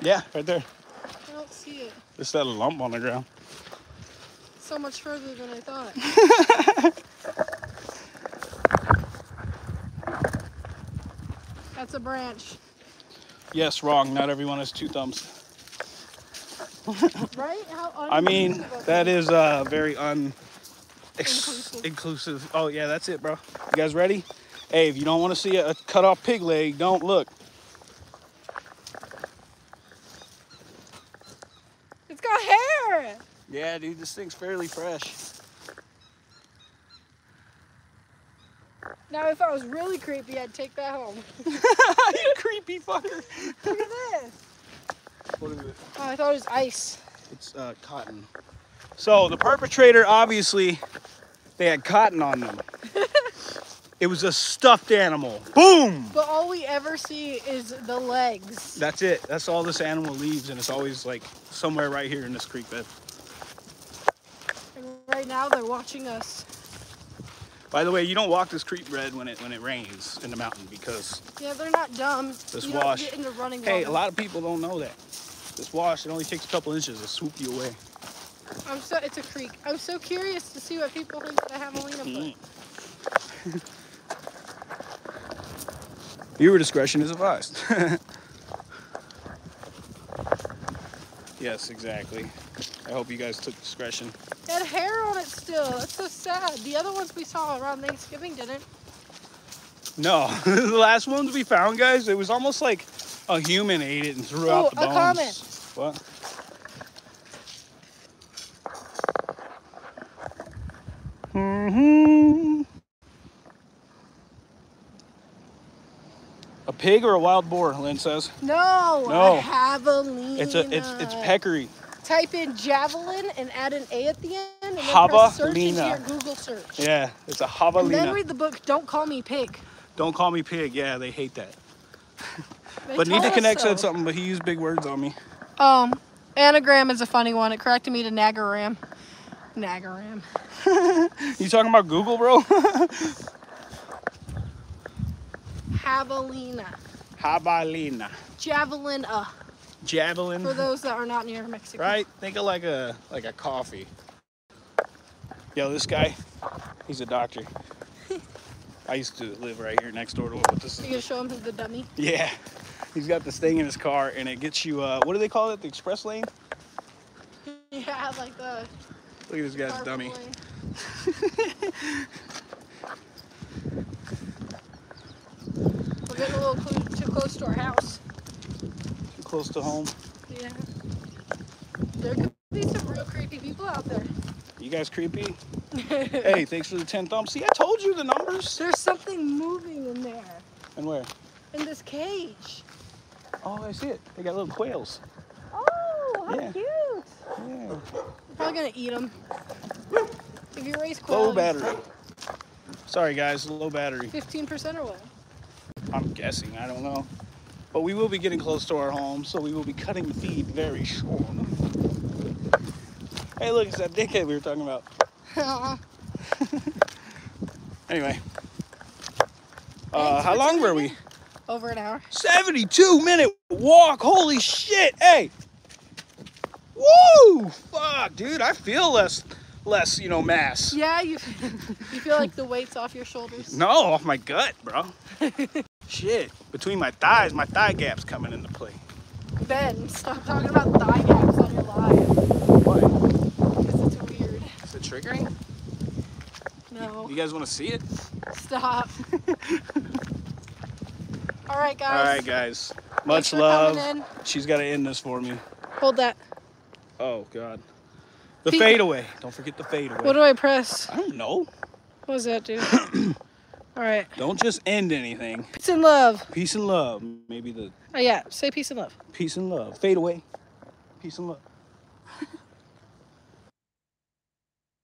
S3: Yeah, right there.
S1: I don't see it.
S3: Just that lump on the ground.
S1: So much further than I thought. That's a branch,
S3: Yes, wrong. Not everyone has two thumbs.
S1: right? How
S3: I mean, that is uh, very un
S1: Inclusive.
S3: inclusive. Oh yeah, that's it, bro. You guys ready? Hey, if you don't want to see a, a cut off pig leg, don't look.
S1: It's got hair.
S3: Yeah, dude, this thing's fairly fresh.
S1: Now, if I was really creepy, I'd take that home.
S3: you creepy fucker.
S1: Look at this.
S3: What is it?
S1: Oh, I thought it was ice.
S3: It's uh, cotton. So the perpetrator obviously they had cotton on them. it was a stuffed animal. Boom!
S1: But all we ever see is the legs.
S3: That's it. That's all this animal leaves, and it's always like somewhere right here in this creek bed.
S1: And right now, they're watching us.
S3: By the way, you don't walk this creek bed when it when it rains in the mountain because
S1: Yeah, they're not dumb.
S3: This
S1: you
S3: wash.
S1: Don't get into running
S3: hey,
S1: water.
S3: a lot of people don't know that. This wash it only takes a couple inches to swoop you away.
S1: I'm so it's a creek. I'm so curious to see what people think of the javelina foot.
S3: Viewer discretion is advised. yes, exactly. I hope you guys took discretion.
S1: It had hair on it still. That's so sad. The other ones we saw around Thanksgiving didn't.
S3: No, the last ones we found, guys, it was almost like a human ate it and threw out
S1: Ooh,
S3: the
S1: Oh, a
S3: bones.
S1: comment.
S3: What? hmm A pig or a wild boar? Lynn says.
S1: No,
S3: No.
S1: a javelina.
S3: It's a it's it's peccary.
S1: Type in javelin and add an A at the end and then press search into your
S3: Javelina.
S1: Google search.
S3: Yeah, it's a
S1: And then
S3: javelina.
S1: read the book Don't Call Me Pig.
S3: Don't call me pig. Yeah, they hate that.
S1: They
S3: but
S1: told
S3: Nita
S1: us
S3: Connect
S1: so.
S3: said something, but he used big words on me.
S1: Um, anagram is a funny one. It corrected me to nagaram. Nagaram.
S3: You talking about Google, bro?
S1: Javelina.
S3: javelina,
S1: Javelin uh,
S3: javelin.
S1: for those that are not near Mexico.
S3: right? Think of like a like a coffee. Yo, this guy, he's a doctor. I used to live right here next door to him, but this
S1: You
S3: is
S1: gonna show them the dummy?
S3: yeah. He's got this thing in his car, and it gets you. Uh, what do they call it? The express lane.
S1: Yeah, like the
S3: Look at this guy's
S1: carpool
S3: dummy.
S1: lane. We're getting a little clo- too close to our house.
S3: Close to home.
S1: Yeah. There could be some real creepy people out there.
S3: You guys creepy. hey, thanks for the ten thumbs. See, I told you the numbers.
S1: There's something moving in there,
S3: And where?
S1: in this cage.
S3: Oh, I see it. They got little quails.
S1: Oh, how
S3: Yeah.
S1: cute!
S3: Yeah.
S1: We're probably gonna eat them. If you raise
S3: Low
S1: quail,
S3: battery. Sorry, guys. Low battery.
S1: 15% or what?
S3: I'm guessing. I don't know. But we will be getting close to our home, so we will be cutting the feed very soon. Hey, look, it's that dickhead we were talking about. Anyway. Uh,
S1: Thanks
S3: how
S1: for
S3: long were
S1: tuning
S3: we?
S1: in. Over an hour.
S3: 72 minute walk. Holy shit. Hey. Woo! Fuck, dude. I feel less, less, you know, mass.
S1: Yeah, you, you feel like the weight's off your shoulders.
S3: No, off my gut, bro. shit. Between my thighs, my thigh gap's coming into play.
S1: Ben, stop talking about thigh gaps on your live.
S3: What?
S1: Because it's weird.
S3: Is it triggering?
S1: No,
S3: You guys want to see it?
S1: stop. All right, guys.
S3: All right, guys. Much
S1: for coming
S3: love.
S1: in.
S3: She's got to end this for me.
S1: Hold that.
S3: Oh God. The
S1: Think-
S3: fadeaway. Don't forget the fadeaway.
S1: What do I press?
S3: I don't know.
S1: What does that do? All right.
S3: Don't just end anything.
S1: Peace and love.
S3: Peace and love. Maybe the
S1: Oh, yeah. Say peace and love.
S3: peace and love. Fadeaway. Peace and love.